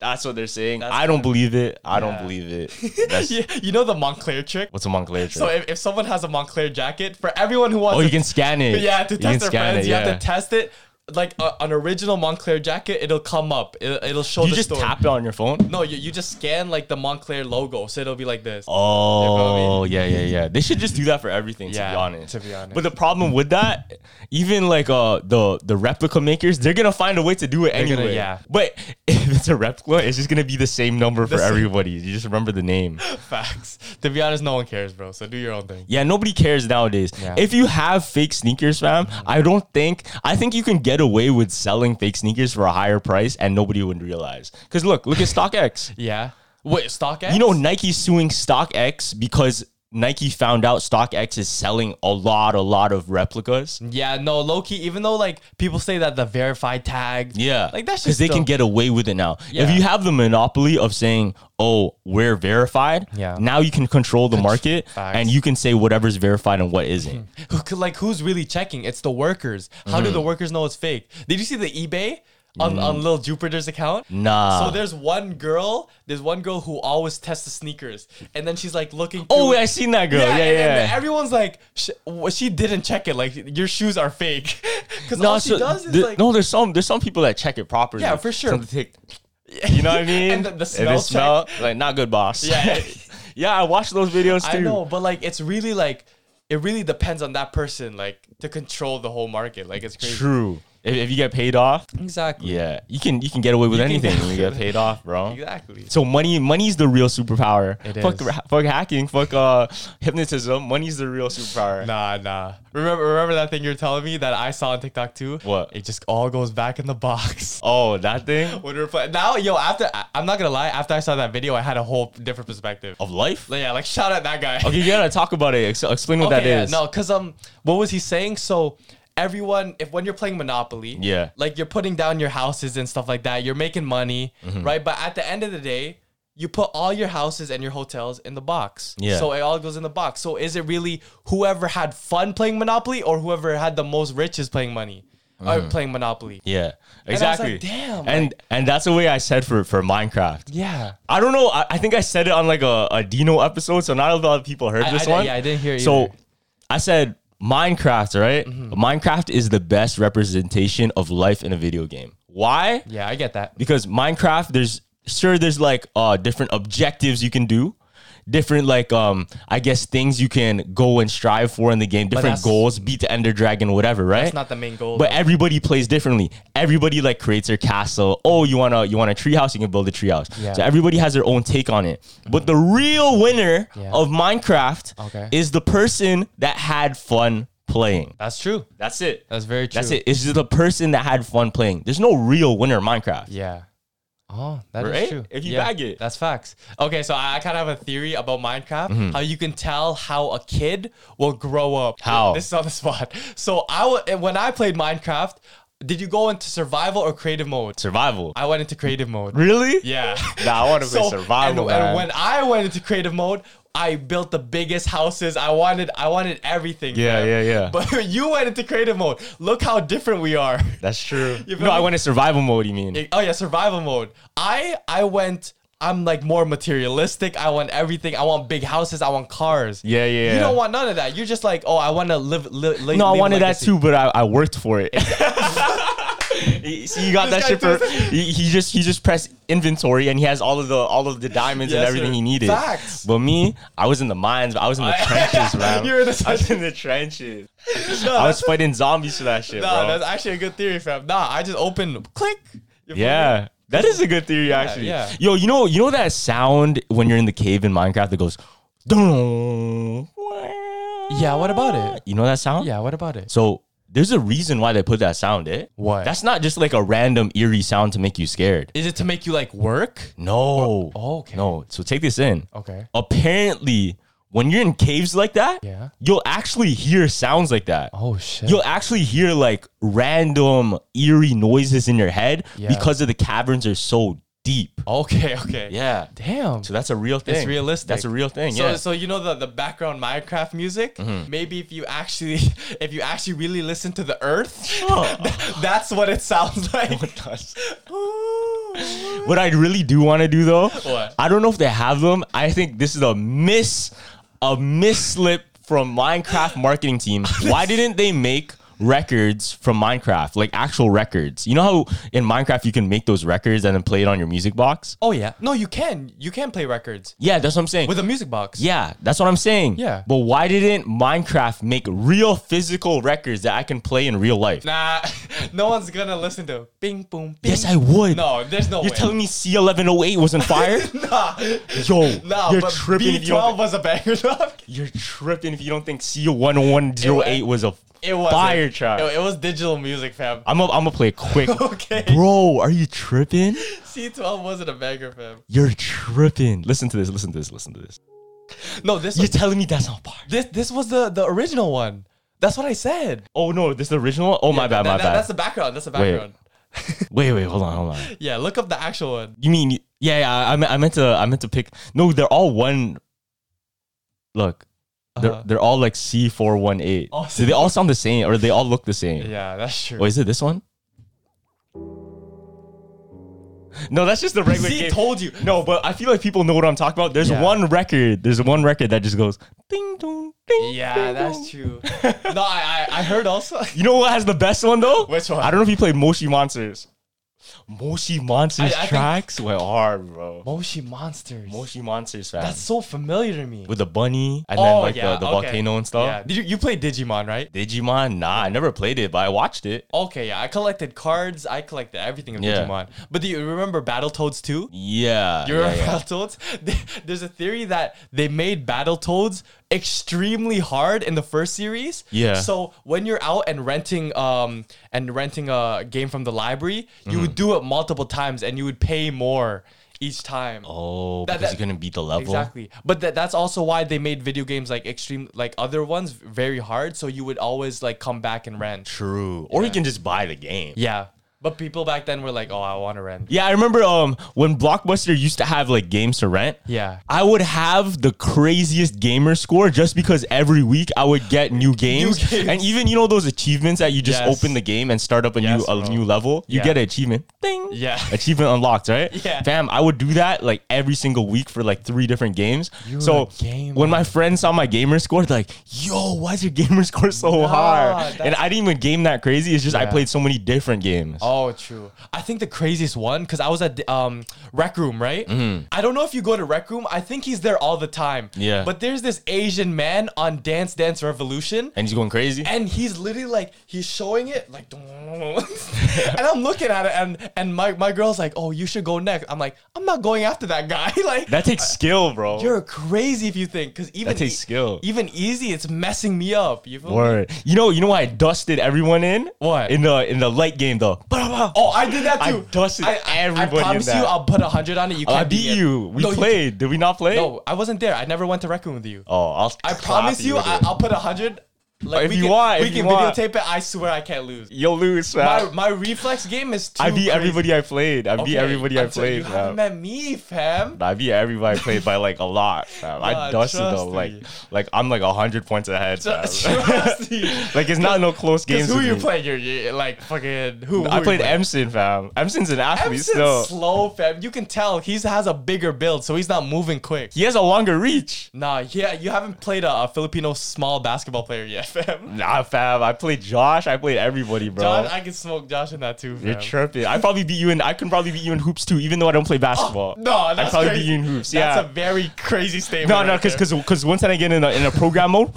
That's what they're saying. I don't believe it. I don't believe it. That's
Yeah, you know the Montclair trick.
what's a Montclair trick.
So if, if someone has a Montclair jacket, for everyone who wants,
oh, you
to-
can scan it.
yeah, to
You can
test their
scan
friends,
it,
you have to test it. like a, an original Montclair jacket, it'll come up. It, it'll show.
you
the
just
story.
tap it on your phone.
No, you, you just scan like the Montclair logo, so it'll be like this.
Oh yeah, yeah, yeah. They should just do that for everything. to
Yeah,
be honest,
to be honest.
But the problem with that, even like uh the the replica makers, they're gonna find a way to do it
gonna-
anyway.
yeah.
But if it's a replica, it's just gonna be the same number for
same-
everybody. You just remember the name.
Facts. To be honest, no one cares, bro. So do your own thing.
Yeah, nobody cares nowadays.
Yeah. Mm-hmm.
If you have fake sneakers, fam, I don't think I think you can get away with selling fake sneakers for a higher price and nobody would realize. Cause look, look at StockX.
Yeah. Wait, StockX.
You know, Nike's suing StockX because Nike found out StockX is selling a lot, a lot of replicas.
Yeah, no, low key. Even though like people say that the verified tag.
Yeah,
Like that's just
because they can get away with it now.
Yeah.
If you have the monopoly of saying, "Oh, we're verified,"
Yeah.
now you can control the market
Facts.
and you can say whatever's verified and what isn't.
Who could- like who's really checking? It's the workers. How
Mm-hmm.
do the workers know it's fake? Did you see the eBay on
Mm.
on Lil Jupiter's account?
Nah.
Hmm. So there's one girl. There's one girl who always tests the sneakers, and then she's like looking.
Oh,
through-
I seen that girl.
Yeah,
Yeah, yeah.
and, and everyone's like, she, well, she didn't check it. Like, your shoes are fake. Because all she
so
does is
the-
like,
no. There's some. There's some people that check it properly.
Yeah, for sure.
Some take- you know what I mean?
And the- the
If it
smell check.
like not good, boss.
Yeah.
yeah. I watched those videos too.
I know, but like, it's really like, it really depends on that person, like, to control the whole market. Like, it's crazy.
True. If, if you get paid off,
Exactly.
yeah, you can you can get away with
can
anything
get
when you
away
get paid off, bro.
Exactly.
So money, money's the real superpower.
It
fuck,
is.
ra- fuck hacking, fuck uh, hypnotism. Money's the real superpower.
Nah, nah. Remember, remember that thing you're telling me that I saw on TikTok too.
What?
It just all goes back in the box.
Oh, that thing
When we're playing now, yo, after I- I'm not gonna lie, after I saw that video, I had a whole different perspective.
of life.
Like, yeah, like shout out that guy.
Oh. Okay, you gotta talk about it. Ex- explain what that
yeah,
is.
No, because um, what was he saying? So everyone, if when you're playing Monopoly,
Yeah.
like you're putting down your houses and stuff like that, you're making money,
Mm-hmm.
right? But at the end of the day. You put all your houses and your hotels in the box.
Yeah.
So it all goes in the box. So is it really whoever had fun playing Monopoly or whoever had the most riches playing money or playing Monopoly?
Mm. Yeah,
And I was
exactly.
like, damn,
And and that's the way I said for for Minecraft.
Yeah.
I don't know. I, I think I said it on like a, a Dino episode, so not a lot of people heard
I- I
this
didn't-
one.
yeah, I didn't hear it
So
either. Mm-hmm.
I said Minecraft, right? Minecraft is the best representation of life in a video game. Why?
Yeah, I get that.
Because Minecraft, there's sure there's like uh different objectives you can do. Different like um I guess things you can go and strive for in the game, different
that's-
goals, beat the ender dragon, whatever, right?
That's not the main goal.
But everybody plays differently. Everybody like creates their castle. Oh, you wanna you want a treehouse? You can build a treehouse.
Yeah.
So everybody has their own take on it. But the real winner
Yeah.
of Minecraft
Okay.
is the person that had fun playing.
that's true.
That's it.
That's very true.
That's it. It's just the person that had fun playing. There's no real winner in Minecraft.
Yeah. Oh, that is
Right?
true.
If you
Yeah,
bag it.
That's facts. Okay, so I, I kind of have a theory about Minecraft,
Mm-hmm.
how you can tell how a kid will grow up.
How?
This is on the spot. So I w- and when I played Minecraft, did you go into survival or creative mode?
Survival.
I went into creative mode.
Really?
Yeah.
Nah, I want to
So,
play survival.
and, and
man.
when I went into creative mode, I built the biggest houses. I wanted I wanted everything.
Yeah,
fam.
yeah, yeah.
But you went into creative mode. Look how different we are.
That's true.
You feel
No, I
me?
went in survival mode. You mean?
Oh yeah, survival mode. I I went. I'm like more materialistic. I want everything. I want big houses. I want cars.
Yeah, yeah,
You
yeah.
don't want none of that. You're just like, oh, I want to live. Li- li-
no, I
leave a
wanted that
legacy.
too, but I, I worked for it. See, you got
This
that shit
guy
for. He, he just he just pressed inventory and he has all of the all of the diamonds and
Yes,
everything
sir.
he needed.
Facts.
But me, I was in the mines. I was in the trenches, man.
You were in the
I was in the trenches.
No,
I was
that's,
fighting zombies for that shit,
nah,
bro.
that's actually a good theory, fam. Nah, I just open, click. You feel me?
yeah. That is a good theory, actually.
yeah.
Yo, you know, you know that sound when you're in the cave in Minecraft that goes, "Dun."
Yeah. What about it?
You know that sound?
Yeah. What about it?
So there's a reason why they put that sound, eh?
Why?
That's not just like a random eerie sound to make you scared.
Is it to make you like work?
No.
oh, okay.
No. So take this in.
Okay.
Apparently, when you're in caves like that,
Yeah.
you'll actually hear sounds like that.
Oh shit.
You'll actually hear like random eerie noises in your head
Yeah.
because of the caverns are so deep.
okay. Okay.
Yeah.
Damn.
So that's a real thing.
It's realistic.
That's a real thing.
So,
yeah. Mm-hmm.
so you know the, the background Minecraft music. Maybe if you actually if you actually really listen to the earth, th- that's what it sounds like. Ooh.
What I really do want to do though,
What?
I don't know if they have them. I think this is a miss, a miss slip from Minecraft marketing team. Why didn't they make records from Minecraft, like actual records. You know how in Minecraft you can make those records and then play it on your music box?
Oh yeah. No, you can. You can play records
Yeah, that's what I'm saying.
with a music box.
yeah, that's what I'm saying.
Yeah.
But why didn't Minecraft make real physical records that I can play in real life?
Nah, no one's gonna listen to Bing Boom. Bing.
Yes, I would.
No, there's no
You're
way.
telling me C1108 was on fire?
Nah,
Yo,
nah.
you're
but
tripping if you
B12
don't.
was a banger. No, I'm kidding.
You're tripping if you don't think C1108 was a
it was
fire track.
It, it was digital music, fam.
I'm gonna I'm gonna play a quick.
Okay.
Bro, are you tripping?
C12 wasn't a banger, fam.
You're tripping. Listen to this. Listen to this. Listen to this.
No, this
You're
was,
telling me that's not fire?
this this was the the original one. That's what I said.
Oh no, this is the original. one? Oh my
That-
bad, my
that-
bad.
That's the background. That's the
Wait.
background.
wait, wait, hold on, hold on.
Yeah, look up the actual one.
You mean yeah, yeah? I, I meant- I meant to. I meant to pick. No, they're all one. Look,
Uh-huh.
they're they're all like C four one eight.
Oh,
So they all sound the same, or they all look the same.
Yeah, that's true.
Wait, is it this one? No, that's just the regular
See,
game.
told you.
No, but I feel like people know what I'm talking about. There's
Yeah.
one record. There's one record that just goes ding dong ding.
Yeah,
ding,
that's
dong.
true. no, I, I I heard also.
You know what has the best one though?
Which one?
I don't know if you played Moshi Monsters. Moshi Monsters
I think-
tracks went hard, bro.
Moshi monsters.
Moshi Monsters fan.
That's so familiar to me.
with the bunny and
Oh,
then like
yeah,
the, the
okay.
volcano and stuff.
Yeah, Did you, you played Digimon, right?
Digimon, nah, I never played it, but I watched it.
Okay, yeah. I collected cards. I collected everything of
Yeah.
Digimon. But do you remember Battletoads too?
Uh, Yeah,
You
yeah,
remember
yeah.
Battletoads? There's a theory that they made Battletoads extremely hard in the first series.
Yeah.
So when you're out and renting um and renting a game from the library, you would
Mm-hmm.
do it multiple times and you would pay more each time.
Oh,
That-
because
that-
you couldn't beat the level.
Exactly. But that that's also why they made video games like extreme like other ones very hard so you would always like come back and rent.
True. Or you can just buy the game.
Yeah. But people back then were like, "Oh, I want to rent."
Yeah, I remember um when Blockbuster used to have like games to rent.
Yeah.
I would have the craziest gamer score just because every week I would get new games,
games.
and even you know those achievements that you just
Yes.
open the game and start up a
Yes,
new a
bro.
new level. You
Yeah.
get an achievement. Ding.
Yeah.
Achievement unlocked, right?
Yeah.
Fam, I would do that like every single week for like three different games.
a
so
gamer.
when my friends saw my gamer score, they're like, "Yo, why is your gamer score so hard?"
that's-
And I didn't even game that crazy. It's just I played so many different games.
Oh, true. I think the craziest one because I was at the, um Rec Room, right? I don't know if you go to Rec Room. I think he's there all the time.
Mm-hmm. Yeah.
But there's this Asian man on Dance Dance Revolution,
And he's going crazy.
and he's literally like he's showing it like and i'm looking at it and and my, my girl's like oh you should go next i'm like i'm not going after that guy like
That takes skill, bro.
you're crazy if you think because even e
takes skill.
even easy it's messing me up you feel me?
Word. You know, you know why I dusted everyone in?
What?
In the in the light game though.
oh i did that
I
too
dusted everybody in
i promise
that. Oh,
you i'll put a hundred on it you can't
I beat
it.
you. We
No,
played. Did we not play?
no i wasn't there i never went to rec room with you
Oh, I'll
i
clap
promise you
with
I,
it.
i'll put a hundred like
If
we
you
can,
want,
we
if
can
you want.
videotape it i swear i can't lose
You'll lose,
my,
man.
my reflex game is too
I beat
crazy.
everybody I played. I beat
Okay,
everybody I
until
played,
You haven't
fam.
met me, fam.
I beat everybody I played by like a lot, fam. I
Nah,
dusted
trust
them. Like
me.
like I'm like hundred points ahead. Fam.
Trust me.
like it's not no close games.
Because who
with
you
me.
playing? You're, you're like fucking who? who
I
you
played
playing?
Emson, fam. Emson's an athlete
Emson's
still.
slow, fam. You can tell he has a bigger build, so he's not moving quick.
he has a longer reach.
Nah, yeah, you haven't played a, a Filipino small basketball player yet, fam.
Nah, fam. I played Josh. I played everybody, bro.
Josh, I can smoke Josh in that too, fam.
You're tripping. I probably beat you in. I can probably beat you in hoops too, even though I don't play basketball.
no, that's
I probably
crazy.
beat you in hoops.
That's
yeah.
a very crazy statement.
no, no,
right
because
there.
because because once I get in a, in a program mode,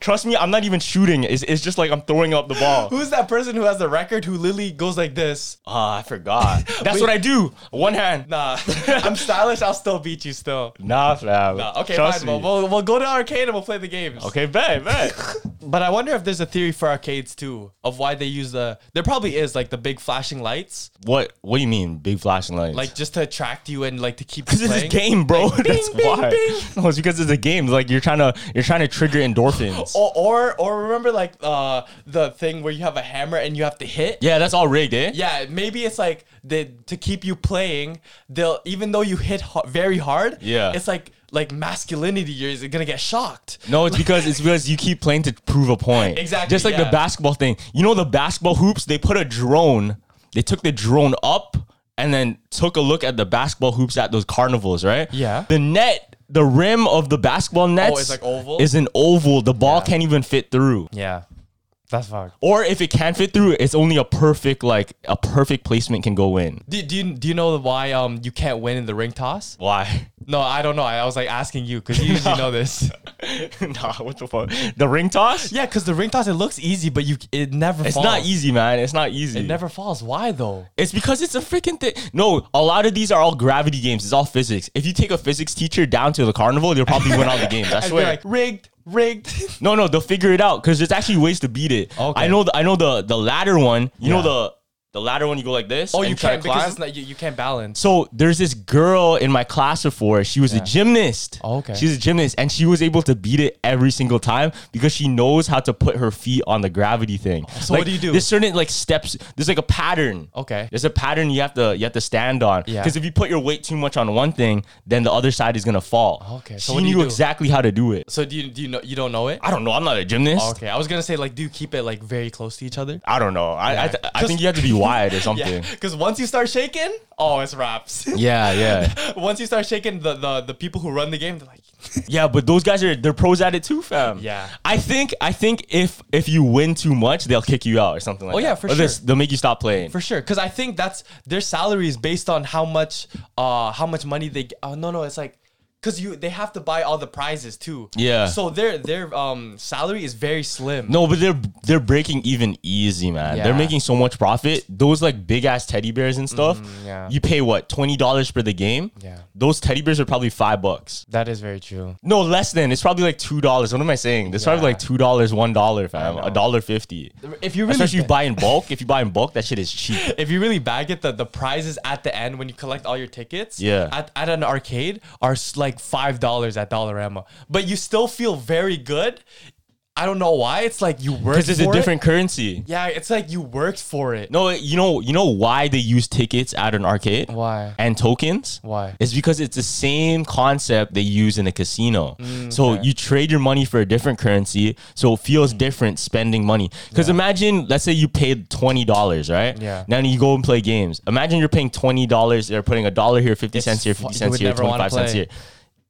trust me, I'm not even shooting. It's, it's just like I'm throwing up the ball.
who's that person who has the record who literally goes like this?
Ah, I forgot. That's what I do. One hand.
Nah, I'm stylish. I'll still beat you still.
Nah, fam.
Uh, okay,
Trust
fine. Well,
me.
we'll, we'll go to arcade and we'll play the games.
Okay, bet, bet.
But I wonder if there's a theory for arcades too of why they use the. There probably is like the big flashing lights,
what What do you mean, big flashing lights?
like just to attract you and like to keep.
Because it's a
playing.
game, bro.
Like,
That's
bing, bing,
why.
bing.
No, it's because it's a game. Like you're trying to you're trying to trigger endorphins.
Or, or or remember like uh the thing where you have a hammer and you have to hit.
Yeah, that's all rigged, eh?
Yeah, maybe it's like they to keep you playing. They'll even though you hit ha- very hard.
Yeah.
it's like like masculinity. You're gonna get shocked.
No, it's because it's because you keep playing to prove a point.
Exactly,
Just like the
yeah.
basketball thing. You know the basketball hoops, they put a drone. They took the drone up and then took a look at the basketball hoops at those carnivals, right?
Yeah. Oh,
The net, the rim of the basketball nets
it's like oval?
is an oval. The ball can't even fit through.
Yeah, That's fucked.
Or if it can't fit through, it's only a perfect like a perfect placement can go in.
Do, do you do you know why um you can't win in the ring toss?
Why?
No, I don't know. I, I was like asking you because you usually know this.
nah, what the fuck? The ring toss?
Yeah, because the ring toss it looks easy, but you it never.
It's
falls.
not easy, man. It's not easy.
It never falls. Why though?
It's because it's a freaking thing. No, a lot of these are all gravity games. It's all physics. If you take a physics teacher down to the carnival, they'll probably win all the games. I
I'd be
swear.
like rigged, rigged.
no, no, they'll figure it out because there's actually ways to beat it.
Okay.
I know. The, I know the the ladder one. You know
Yeah.
the the ladder one. You go like this.
oh,
and
you
try
can't
to
because
climb?
it's not, you, you can't balance.
So there's this girl in my class before. She was a gymnast.
Oh, okay.
She's a gymnast, and she was able to beat it every single time because she knows how to put her feet on the gravity thing.
So
Like,
what do you do?
There's certain like steps. There's like a pattern.
Okay.
There's a pattern you have to you have to stand on.
Yeah.
Because if you put your weight too much on one thing, then the other side is gonna fall.
Okay, so
So
what
she
do you
knew
do?
exactly how to do it.
So do you do you know you don't know it?
I don't know. I'm not a gymnast.
Okay, I was gonna say like do you keep it like very close to each other?
I don't know. I I, th- I
Just-
think you have to be wide or
Yeah,
something.
because once you start shaking, oh, it's wraps.
Yeah, yeah,
once you start shaking, the, the the people who run the game, they're like,
yeah. But those guys are they're pros at it too, fam.
Yeah.
I think I think if if you win too much, they'll kick you out or something like
Oh,
that.
yeah, for
Or they'll-
sure.
They'll make you stop playing.
for sure, because I think that's their salary is based on how much uh how much money they. Get. Oh no no, it's like. Cause you, they have to buy all the prizes too.
Yeah.
So their their um salary is very slim.
No, but they're they're breaking even easy, man. They're
Yeah.
making so much profit. Those like big ass teddy bears and stuff.
Mm, yeah.
You pay what twenty dollars for the game.
Yeah.
Those teddy bears are probably five bucks.
that is very true.
No, less than. It's probably like two dollars. What am I saying? It's probably
Yeah.
like two dollars, one dollar, fam. A dollar fifty.
If you really
Especially if you
ba-
buy in bulk. if you buy in bulk, that shit is cheap.
if you really bag it, the, the prizes at the end when you collect all your tickets
Yeah.
at, at an arcade are s- like $5 at Dollarama. But you still feel very good. I don't know why. It's like you worked
Because it's a
for it.
different currency.
Yeah, it's like you worked for it.
No, you know, you know why they use tickets at an arcade?
Why?
And tokens?
Why?
It's because it's the same concept they use in a casino.
Mm,
so you trade your money for a different currency, so it feels
Mm.
different spending money. Because imagine, let's say you paid twenty dollars, right?
Yeah.
Now you go and play games. Imagine you're paying twenty dollars. They're putting a dollar here, fifty
It's
cents here,
fu-
fifty
you
cents
would
here,
never wanna
twenty five cents
play.
here.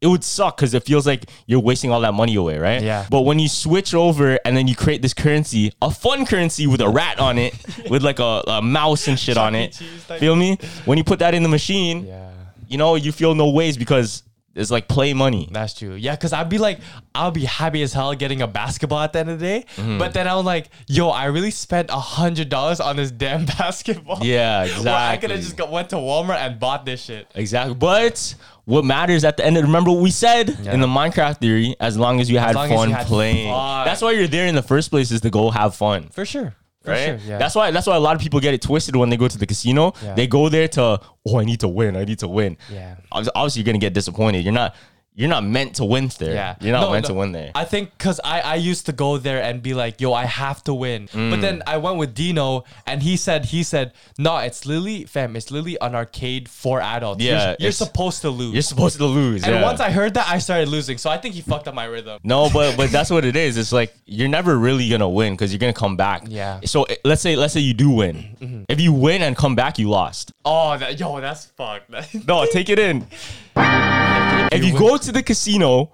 It would suck because it feels like you're wasting all that money away, right?
Yeah.
But when you switch over and then you create this currency, a fun currency with a rat on it, with like a, a mouse and shit on
E.
it.
Cheese type.
Feel me? When you put that in the machine,
Yeah.
you know, you feel no ways because it's like play money.
That's true. Yeah, because I'd be like, I'll be happy as hell getting a basketball at the end of the day.
Mm-hmm.
But then I'm like, yo, I really spent a hundred dollars on this damn basketball.
Yeah,
Well, I could
exactly.
have just got, went to Walmart and bought this shit.
Exactly. But what matters at the end of remember what we said in the Minecraft theory, as long as you had
long as you
fun
had
playing.
fun.
That's why you're there in the first place is to go have fun.
For sure. For
Right.
sure. Yeah.
That's why. That's why a lot of people get it twisted when they go to the casino.
Yeah.
They go there to, oh, I need to win. I need to win.
Yeah.
Obvi- Obviously, you're gonna get disappointed. You're not. You're not meant to win there.
Yeah.
You're not
No,
meant
no.
to win there.
I think because I, I used to go there and be like, yo, I have to win.
Mm.
But then I went with Dino and he said, he said, no, it's Lily, fam, it's Lily an arcade for adults. You're-
Yeah,
You're,
it's-
supposed to lose.
you're supposed to lose.
and
yeah.
once I heard that, I started losing. So I think he fucked up my rhythm.
No, but but that's what it is. It's like you're never really gonna win because you're gonna come back.
Yeah. Mm-hmm.
So eh, let's say let's say you do win. If you win and come back, you lost.
Oh, that, yo, that's fucked. That-
No, take it in. if you
win.
go to the casino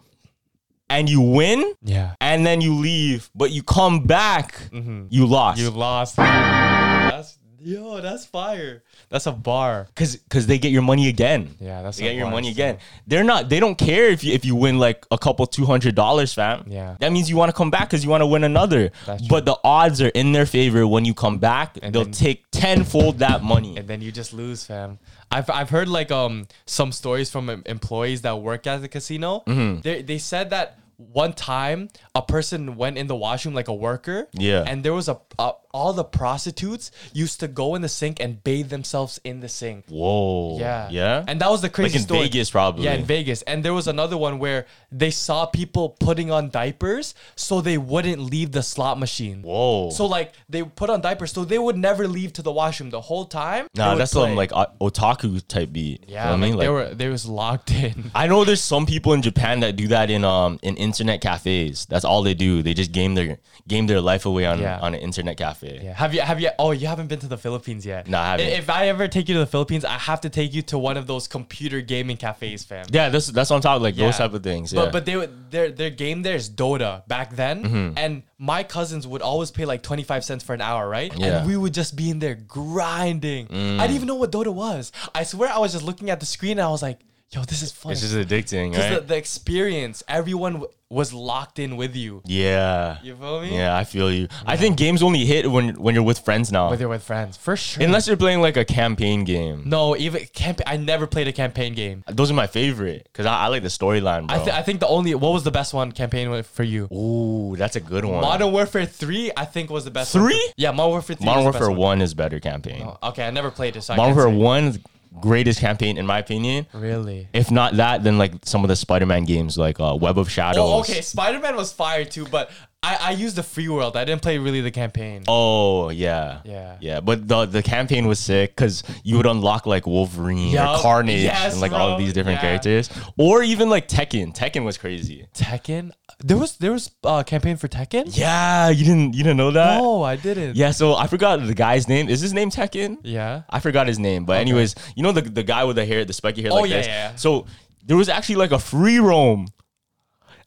and you win,
yeah.
and then you leave, but you come back, you lost.
Mm-hmm. You lost. That's, yo, that's fire. That's a bar.
Cause, Cause they get your money again.
Yeah, that's
they get
a
your
bar,
money
so-
again. They're not. They don't care if you if you win like a couple two hundred dollars, fam.
Yeah.
that means you want to come back because you want to win another.
That's true.
But the odds are in their favor when you come back. they'll
then-
take tenfold that money.
and then you just lose, fam. I've I've heard like um some stories from em- employees that work at the casino.
Mm-hmm.
They they said that one time a person went in the washroom like a worker.
Yeah.
And there was a, a all the prostitutes used to go in the sink and bathe themselves in the sink.
Whoa.
Yeah.
Yeah.
And that was the crazy
Like in
story.
Vegas, probably.
Yeah, in Vegas. And there was another one where they saw people putting on diapers so they wouldn't leave the slot machine.
Whoa.
So like they put on diapers so they would never leave to the washroom the whole time. They
nah,
would
that's some
play.
like uh, otaku type beat. You know
Yeah,
what I mean,
like, they were they was locked in.
I know there's some people in Japan that do that in um in internet cafes. That's all they do. They just game their game their life away on
Yeah.
on an internet cafe.
Yeah. Have you? Have you? Oh, you haven't been to the Philippines yet.
No, I haven't.
I- If I ever take you to the Philippines, I have to take you to one of those computer gaming cafes, fam.
Yeah, that's that's what I'm talking like those
Yeah.
type of things.
But
yeah.
but they would their their game there is Dota back then,
Mm-hmm.
and my cousins would always pay like twenty five cents for an hour, right?
Yeah. Mm.
And we would just be in there grinding. I didn't even know what Dota was. I swear I was just looking at the screen and I was like, "Yo, this is fun."
it's just addicting,
'Cause
right?
the, the experience, everyone w- was locked in with you.
yeah.
You feel me?
Yeah, I feel you. I think games only hit when when you're with friends now.
Whether with friends, for sure.
Unless you're playing like a campaign game.
no, even camp- I never played a campaign game.
Those are my favorite because I, I like the storyline, bro.
I, th- I think the only what was the best one campaign wa- for you?
Oh. Ooh, that's a good one.
Modern Warfare Three, I think was the best. one for-
Three?
Yeah, Modern Warfare Three.
Modern
was the best Oh,
Warfare One. is better campaign.
Okay, I never played it. So
Modern
I can't
Warfare
say.
One, is greatest campaign in my opinion.
Really?
If not that, then like some of the Spider-Man games, like uh, Web of Shadows.
Oh, okay. Spider Man was fire too, but I, I used the free world. I didn't play really the campaign.
Oh yeah,
Yeah.
yeah. But the the campaign was sick because you would unlock like Wolverine
Yup.
or Carnage
Yes,
and like all of
bro.
these different
Yeah.
characters, or even like Tekken. Tekken was crazy.
Tekken? There was there was a uh, campaign for Tekken?
Yeah, you didn't you didn't know that?
No, I didn't.
Yeah, so I forgot the guy's name. Is his name Tekken?
Yeah.
I forgot his name, but anyways, you know the the guy with the hair, the spiky hair
Oh,
like
yeah,
this.
yeah.
So there was actually like a free roam.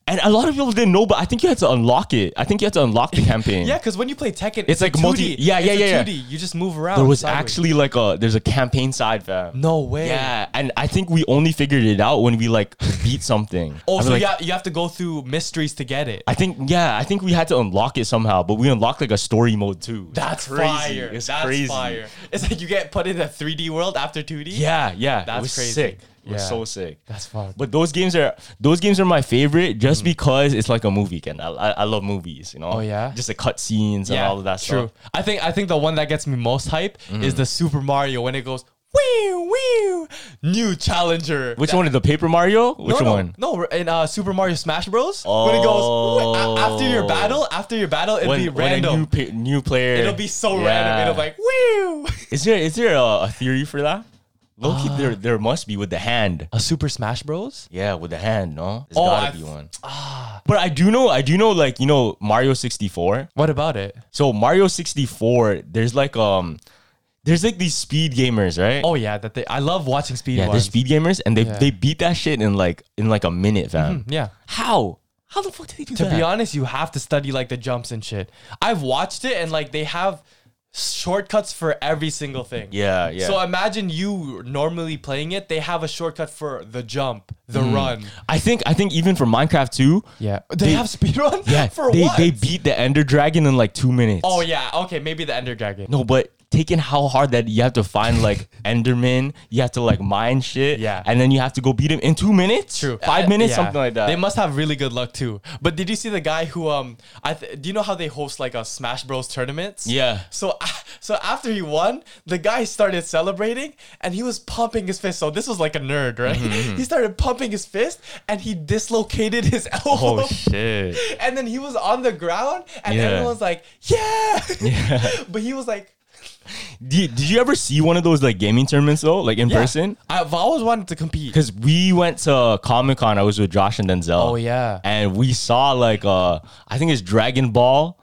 And a lot of people didn't know, but I think you had to unlock it. I think you had to unlock the campaign.
Yeah, because when you play Tekken,
It's
a
like multi-
2D.
yeah, yeah,
It's a
yeah, yeah.
2D. You just move around.
There was
sideways.
actually like a there's a campaign side fam.
Oh, No way.
Yeah, and I think we only figured it out when we like beat something.
Oh,
I was
so
like,
yeah, you have to go through mysteries to get it.
I think yeah, I think we had to unlock it somehow, but we unlocked like a story mode too.
That's
Crazy.
fire.
It's
That's
crazy.
fire. It's like you get put in a 3D world after 2D.
Yeah, yeah.
That's
it was
crazy.
sick. It was
Yeah.
so sick.
That's fun. Mm.
But those games are those games are my favorite just because it's like a movie. Ken, I, I I love movies. You know.
Oh, yeah?
Just the cutscenes and all of that
true.
stuff. Mm-hmm.
I think I think the one that gets me most hype is the Super Mario when it goes wee wee new challenger.
Which one is the Paper Mario? Which
no, no,
one?
No, in uh, Super Mario Smash Bros. When it goes "Wee," a- after your
Oh.
battle, after your battle, it'll
When,
be
when a
random.
new pa- new player.
It'll be so
Yeah.
random. It'll be like wee.
Is there is there a, a theory for that? Low key,
Uh.
there there must be with the hand.
A Super Smash Bros.
Yeah, with the hand. No, There's
Oh,
gotta
I
be
f- ah.
one. But I do know. I do know. Like you know, Mario sixty four.
What about it?
So Mario 64, there's like um there's like these speed gamers, right?
Oh yeah, that they. I love watching speed.
yeah,
ones.
they're speed gamers and they
Yeah. Mm-hmm.
they beat that shit in like in like a minute, fam.
Yeah.
How? How the fuck did they do
To
that?
be honest, you have to study like the jumps and shit. I've watched it and like they have shortcuts for every single thing.
Yeah, yeah.
So imagine you normally playing it, they have a shortcut for the jump, the
Mm.
run.
I think I think even for Minecraft 2,
Yeah. They, have speedrun?
yeah,
for
they
what?
they beat the Ender Dragon in like 2 minutes.
oh yeah, okay, maybe the Ender Dragon.
No, but taking how hard that you have to find like Enderman, you have to like mine shit,
Yeah.
and then you have to go beat him in two minutes,
True.
five
I-
minutes,
Uh, yeah.
something like that.
They must have really good luck too. But did you see the guy who um I th- do you know how they host like a Smash Bros tournaments?
Yeah.
So a- so after he won, the guy started celebrating and he was pumping his fist. So this was like a nerd, right?
Mm-hmm,
He started pumping his fist and he dislocated his elbow.
oh shit!
And then he was on the ground and
Yeah.
everyone's like, "Yeah!" but he was like
Did, did you ever see one of those like gaming tournaments though, like in
yeah,
person?
I've always wanted to compete.
Because we went to Comic Con, I was with Josh and Denzel.
Oh, yeah.
and we saw like uh, I think it's Dragon Ball,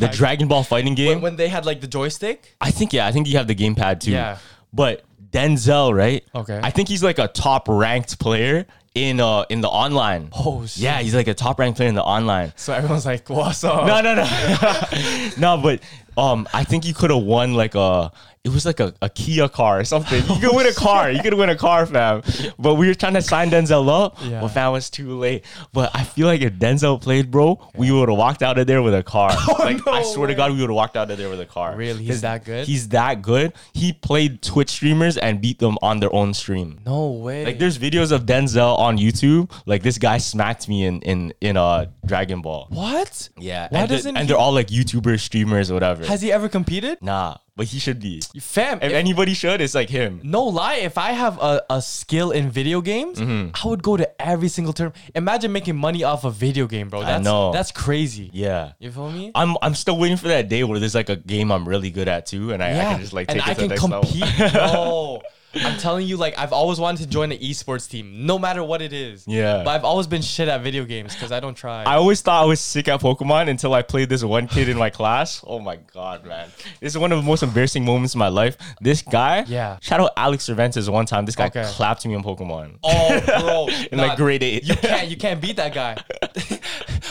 the Dragon Ball fighting game.
When, when they had like the joystick,
I think yeah, I think you have the gamepad too.
Yeah.
But Denzel, right?
Okay.
I think he's like a top ranked player in uh in the online.
Oh, shit.
Yeah, he's like a top ranked player in the online.
so everyone's like, "What's up?"
No, no, no. Oh. no, but um I think you could have won like a it was like a, a Kia car or something. You could win
Oh,
a car. You could win a car, fam. But we were trying to sign Denzel up.
Yeah.
But fam was too late. But I feel like if Denzel played, bro, we would have walked out of there with a car. like I
Oh, no
swear to
way.
God, we would have walked out of there with a car.
Really? He's
'Cause
that good?
He's that good. He played Twitch streamers and beat them on their own stream.
No way.
Like there's videos of Denzel on YouTube. Like this guy smacked me in in in uh Dragon Ball.
what?
Yeah.
Why
and the-
doesn't
and
he-
they're all like YouTubers, streamers, or whatever.
Has he ever competed?
nah, but he should be.
Fam,
If
if-
anybody should, it's like him.
no lie, if I have a, a skill in video games,
Mm-hmm.
I would go to every single term. Imagine making money off a video game, bro. That's
know.
that's crazy.
Yeah.
You feel me?
I'm I'm still waiting for that day where there's like a game I'm really good at too, and I, I can just like take
and
it
I
to
can
the next level.
compete. no. I'm telling you, like I've always wanted to join an esports team, no matter what it is.
Yeah.
But I've always been shit at video games because I don't try.
I always thought I was sick at Pokemon until I played this one kid in my class. Oh my god, man. This is one of the most embarrassing moments of my life. This guy,
Yeah.
shout out Alex Cervantes one time. This guy
Okay.
clapped me on Pokemon.
oh, bro.
In like grade eight.
You can't. You can't beat that guy.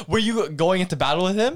Were you going into battle with him?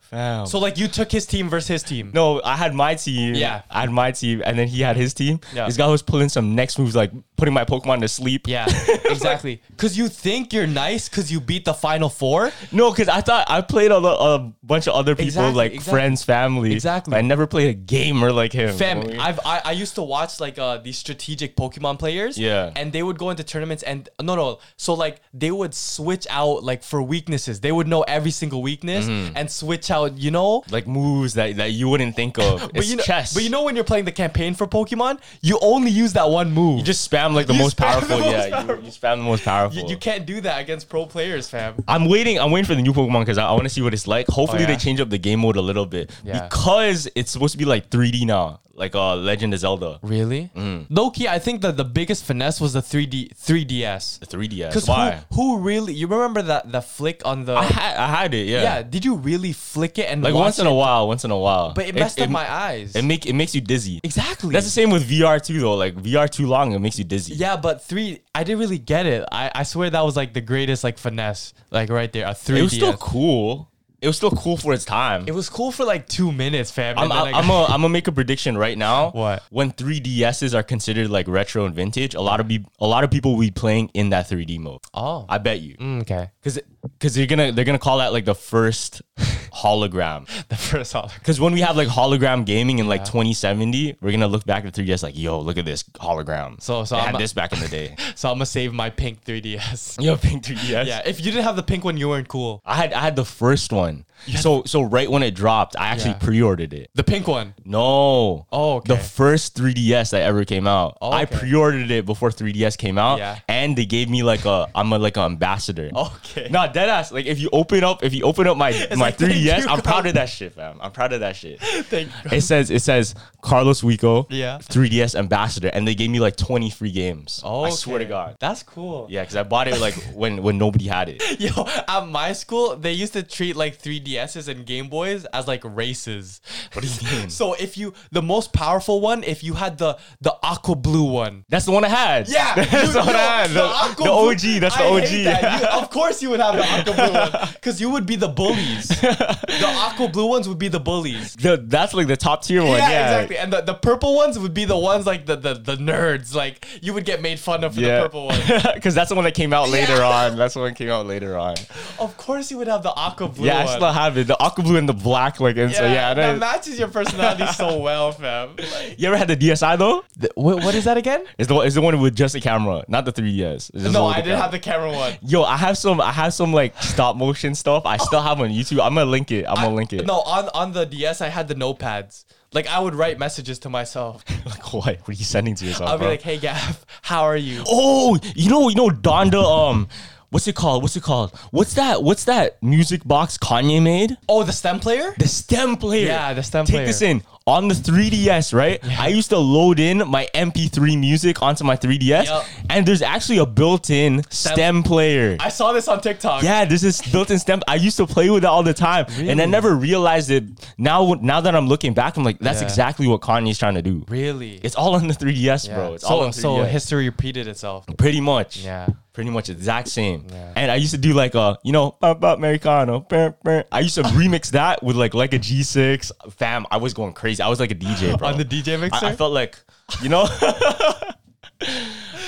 Fam.
So like you took his team versus his team.
No, I had my team.
Yeah.
I had my team, and then he had his team.
Yeah.
This guy was pulling some next moves, like putting my Pokemon to sleep.
Yeah, exactly. Cause you think you're nice because you beat the final four.
No, because I thought I played a, lo- a bunch of other people,
Exactly,
like
exactly.
friends, family.
Exactly.
but I never played a gamer like him.
Fam,
Really?
I've, I I used to watch like uh these strategic Pokemon players.
Yeah.
And they would go into tournaments and no no so like they would switch out like for weaknesses. They would know every single weakness
Mm-hmm.
and switch out. You know.
like moves that, that you wouldn't think of.
But
it's
you know,
chess.
but you know when you're playing the campaign for Pokemon, you only use that one move.
you just spam like the
You
most
spam the
powerful.
most
yeah, You, you spam the most powerful.
you, you can't do that against pro players, fam.
I'm waiting. I'm waiting for the new Pokemon because I, want to see what it's like. Hopefully,
Oh, yeah?
they change up the game mode a little bit
Yeah.
because it's supposed to be like 3D now, like uh, Legend of Zelda.
Really?
Mm.
Loki, I think that the biggest finesse was the 3D 3DS.
The 3DS.
Because
Why?
who, who really? You remember that the flick on the?
I had, I had it, yeah.
yeah. Did you really flick it and
Like
watch
once in
it?
a while, once in a while.
But it messed up my eyes.
It make it makes you dizzy.
exactly.
That's the same with VR too, though. Like VR too long, it makes you dizzy.
Yeah, but three. I didn't really get it. I, I swear that was like the greatest like finesse, like right there. A three.
it was still cool. It was still cool for its time.
It was cool for like two minutes, fam.
I'm
and then
I'm
I-
I'm a, I'm gonna make a prediction right now.
What?
When 3DSs are considered like retro and vintage, a lot of be a lot of people will be playing in that 3D mode.
Oh.
I bet you.
Mm, okay.
Cause, it- Cause they're gonna they're gonna call that like the first hologram.
The first hologram.
Cause when we have like hologram gaming in like 2070, we're gonna look back at 3DS like, yo, look at this hologram.
So- so
They
I'm-
had this back in the day.
So I'm gonna save my pink 3ds.
Yo, pink 3DS.
Yeah. If you didn't have the pink one, you weren't cool.
I had I had the first one. So so right when it dropped, I actually
Yeah.
pre-ordered it.
The pink one.
No.
Oh, okay.
The first 3DS that ever came out.
Oh,
I
okay.
pre-ordered it before 3DS came out.
Yeah.
And they gave me like a I'm a like an ambassador.
Okay.
Nah, dead ass. Like if you open up, if you open up my my
like, thank
3DS,
you,
I'm proud
Carlos.
of that shit, fam. I'm proud of that shit.
Thank you.
It says it says Carlos Wico,
Yeah.
3DS ambassador, and they gave me like 20 free games.
Oh,
I swear to God.
That's cool.
Yeah, because I bought it like when when nobody had it.
Yo, at my school, they used to treat like 3DSs and Game Boys as like races. What do you mean? so if you the most powerful one, if you had the the aqua blue one.
That's the one I had.
Yeah,
that's
you-
the one I
yo,
had. The,
aqua
the
blue-
OG. That's the
I
OG.
hate that. You- of course, you would have the aqua blue one because you would be the bullies. the aqua blue ones would be the bullies.
The- that's like the top tier one.
Yeah,
Yeah,
exactly. And the, the purple ones would be the ones like the, the the nerds. Like you would get made fun of for the purple one.
Because that's the one that came out later on. That's the one that came out later on.
Of course, you would have the aqua blue
yeah,
one.
I still have it. The aqua blue and the black. Like, and so, yeah.
that
I don't-
matches your personality so well, fam. Like,
you ever had the DSi though?
what, what is that again?
It's the, it's the one with just a camera, not the 3DS. It's just the
No,
one with
I didn't
the camera.
have the camera one.
Yo, I have some, I have some like stop motion stuff. I still have on YouTube. I'm gonna link it. I'm gonna link it.
No, on on the DS, I had the notepads. Like I would write messages to myself.
like what? What are you sending to yourself?
I'll be
Oh, bro?
like, "Hey, Gav, how are you?"
Oh, you know, you know, Donda. Um, what's it called? What's it called? What's that? What's that music box Kanye made?
Oh, the stem player.
The stem player.
Yeah, the stem
Take
player.
this in on the 3ds, right? I used to load in my MP3 music onto my 3ds,
Yup.
and there's actually a built-in stem, player.
I saw this on TikTok.
yeah, there's this built-in stem. I used to play with it all the time, and I never realized it. Now, now that I'm looking back, I'm like, that's
Yeah.
exactly what Kanye's trying to do.
Really.
It's all on the 3ds,
Yeah.
bro. It's
so
all on 3ds.
so history repeated itself.
Pretty much.
Yeah.
Pretty much exact same. And I used to do like a, you know, pop up Americano. brr, brr. I used to remix that with like like a G6. Fam, I was going crazy. I was like a DJ, bro.
On the DJ mixer?
I, I felt like, you know,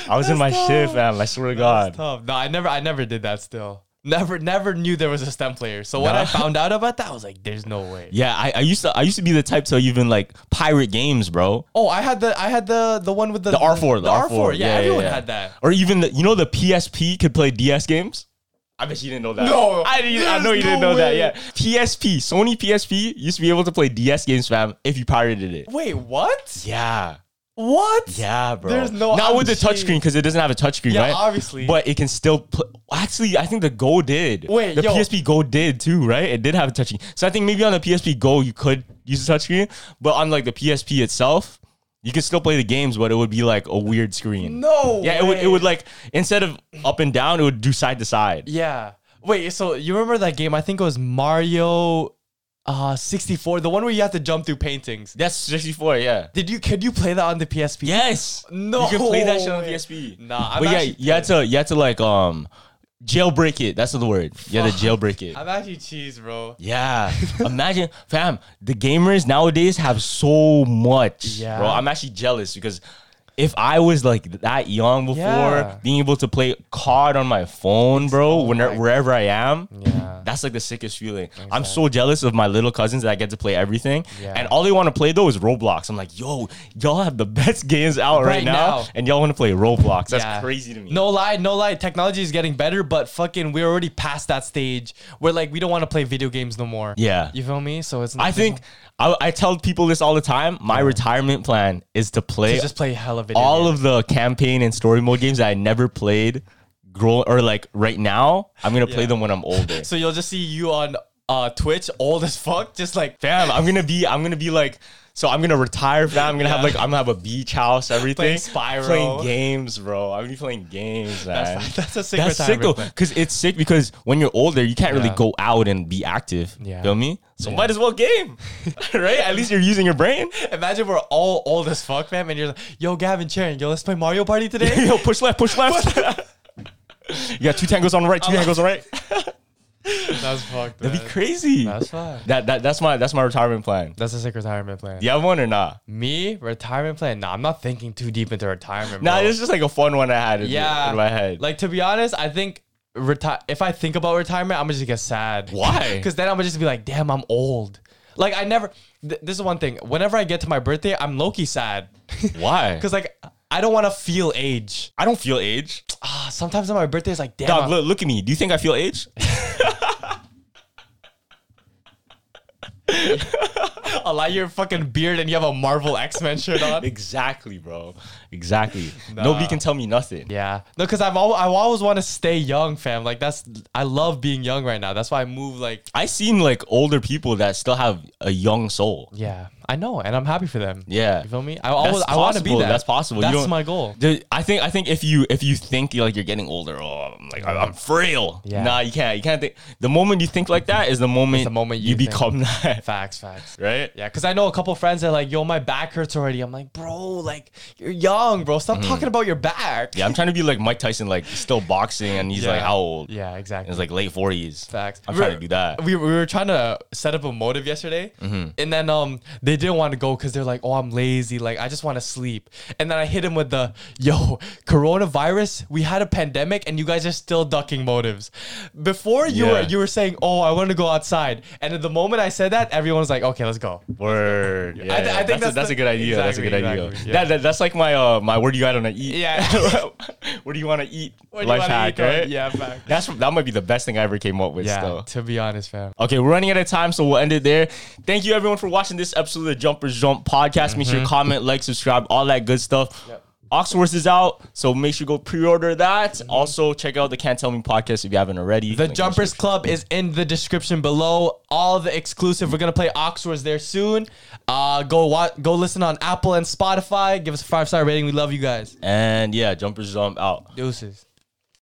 I was in my shit, fam. I swear to God.
Tough. No, I never I never did that. Still, never never knew there was a stem player. So when I found out about that, I was like, "There's no way."
Yeah, I, I used to I used to be the type to even like pirate games, bro.
Oh, I had the I had the the one with the
The R4, the,
R4.
R4.
Yeah, everyone had that.
Or even the, you know, the PSP could play DS games. I bet you didn't know that.
No,
I didn't. I
there's
know you didn't
no
know that.
way.
Yeah, PSP, Sony PSP used to be able to play DS games, fam. If you pirated it.
Wait, what?
Yeah.
What?
Yeah, bro.
There's no-
not
I'm
with the
cheating.
touchscreen because it doesn't have a touchscreen,
Yeah,
right?
obviously.
But it can still. Pl- Actually, I think the Go did.
Wait,
the
yo.
PSP Go did too, right? It did have a touchscreen. So I think maybe on the PSP Go you could use a touchscreen, but on like the PSP itself, You could still play the games, but it would be like a weird screen.
No
Yeah, it would.
way.
It would like instead of up and down, it would do side to side.
Yeah. Wait, so you remember that game? I think it was Mario uh 64, the one where you have to jump through paintings.
That's sixty four. Yeah.
Did you could you play that on the PSP?
Yes.
No
You can play that shit on
way.
PSP.
Nah, I'm
but yeah,
actually
you had to you had to like um jailbreak it. That's the word. You had to jailbreak it.
I'm actually cheese, bro.
Yeah. Imagine, fam, the gamers nowadays have so much.
Yeah.
Bro, I'm actually jealous because if I was like that young before,
Yeah. Oh
being able to play COD on my phone, bro, whenever, wherever I am,
Yeah.
that's like the sickest feeling. I'm so jealous of my little cousins that I get to play everything.
Yeah.
And all they want to play though is Roblox. I'm like, yo, y'all have the best games out right,
Right
now,
now.
and y'all want to play Roblox. That's
Yeah.
crazy to me.
No lie, no lie. Technology is getting better, but fucking, we're already past that stage where like we don't want to play video games no more.
Yeah.
you feel me? So it's.
I think I, I tell people this all the time. My retirement plan is to play
to just play hella video.
all of the campaign and story mode games that I never played, grow or like right now, I'm gonna play them when I'm older.
So you'll just see you on uh Twitch, old as fuck, just like
Fam, I'm gonna be, I'm gonna be like, so I'm gonna retire. Fam, I'm gonna have like, I'm gonna have a beach house,
Playing
everything.
Spyro.
playing games, bro. I'm gonna be playing games, man.
that's a sick
sick
retirement
though,
plan.
because it's sick because when you're older, you can't
Yeah.
really go out and be active.
Yeah.
feel me? So might as well game, right? At least you're using your brain.
Imagine we're all old as fuck, man, and you're like, yo, Gavin, Sharon, yo, let's play Mario Party today.
Yo, push left, push left. you got two tangos on the right, two tangos on the right.
that's fucked.
That'd be crazy.
That's fine.
That, that that's my that's my retirement plan.
That's a sick retirement plan.
Do you have one or not?
Me, retirement plan. Nah, I'm not thinking too deep into retirement.
Nah,
bro.
it's just like a fun one I had in,
yeah,
in my head.
Like to be honest, I think retire. If I think about retirement, I'm gonna just get sad.
Why?
Because then I'm gonna just be like, damn, I'm old. Like I never. Th- this is one thing. Whenever I get to my birthday, I'm Loki sad.
why?
Because like I don't want to feel age.
I don't feel age.
Ah, sometimes on my birthday, it's like, damn.
Dog,
I-
look, look at me. Do you think I feel age?
allow your fucking beard and you have a Marvel X Men shirt on.
exactly, bro. Exactly. Nobody can tell me nothing.
Yeah, no, because I've al- I always want to stay young, fam. Like that's I love being young right now. That's why I move like.
I seen like older people that still have a young soul.
Yeah, I know, and I'm happy for them.
Yeah.
you feel me? I always I want to be
possible.
that.
That's possible. You
That's
don't-
my goal.
There- I think I think if you if you think you're like you're getting older, oh, I'm like I'm I'm frail.
Yeah.
Nah, you can't. You can't think. The moment you think like that is the moment
the moment you think.
become that.
Facts, facts.
Right?
Yeah, because I know a couple friends that are like, yo, my back hurts already. I'm like, bro, like you're young, bro. Stop talking about your back.
Mm-hmm. Yeah, I'm trying to be like Mike Tyson, like still boxing, and he's
Yeah.
like how old?
Yeah, exactly.
And it's like late 40s.
Facts.
I'm
We were-
trying to do that. Mm-hmm.
We, we were trying to set up a motive yesterday, and then um they didn't want to go because they're like, oh, I'm lazy, like I just want to sleep. And then I hit him with the, yo, coronavirus. We had a pandemic, and you guys are still ducking motives. Before you were
Yeah.
you were saying, oh, I want to go outside, and at the moment I said that, everyone was like, okay, let's go.
Word. Yeah,
I thi- I
yeah.
think
that's,
that's
a, that's
the-
a good idea. that's a
exactly,
good idea.
exactly, yeah.
That, that, that's like my uh my where do you guys want to eat?
Yeah.
where do you want to eat?
Where do you
Life
wanna
hack,
eat, dog?
right?
Yeah, fact.
That's that might be the best thing I ever came up with.
Yeah,
Still.
to be honest, fam.
Okay, we're running out of time, so we'll end it there. Thank you everyone for watching this episode of the Jumpers Jump podcast. Make
Mm-hmm.
sure you comment, like, subscribe, all that good stuff. Oxworth is out, so make sure you go pre-order that. Also, check out the Can't Tell Me podcast if you haven't already.
The
Link in
Jumpers Club is in the description below. All the exclusive. We're gonna play Oxwords there soon. Uh, go wa- go listen on Apple and Spotify. Give us a five star rating. We love you guys.
description. And yeah, Jumpers Jump out.
Deuces.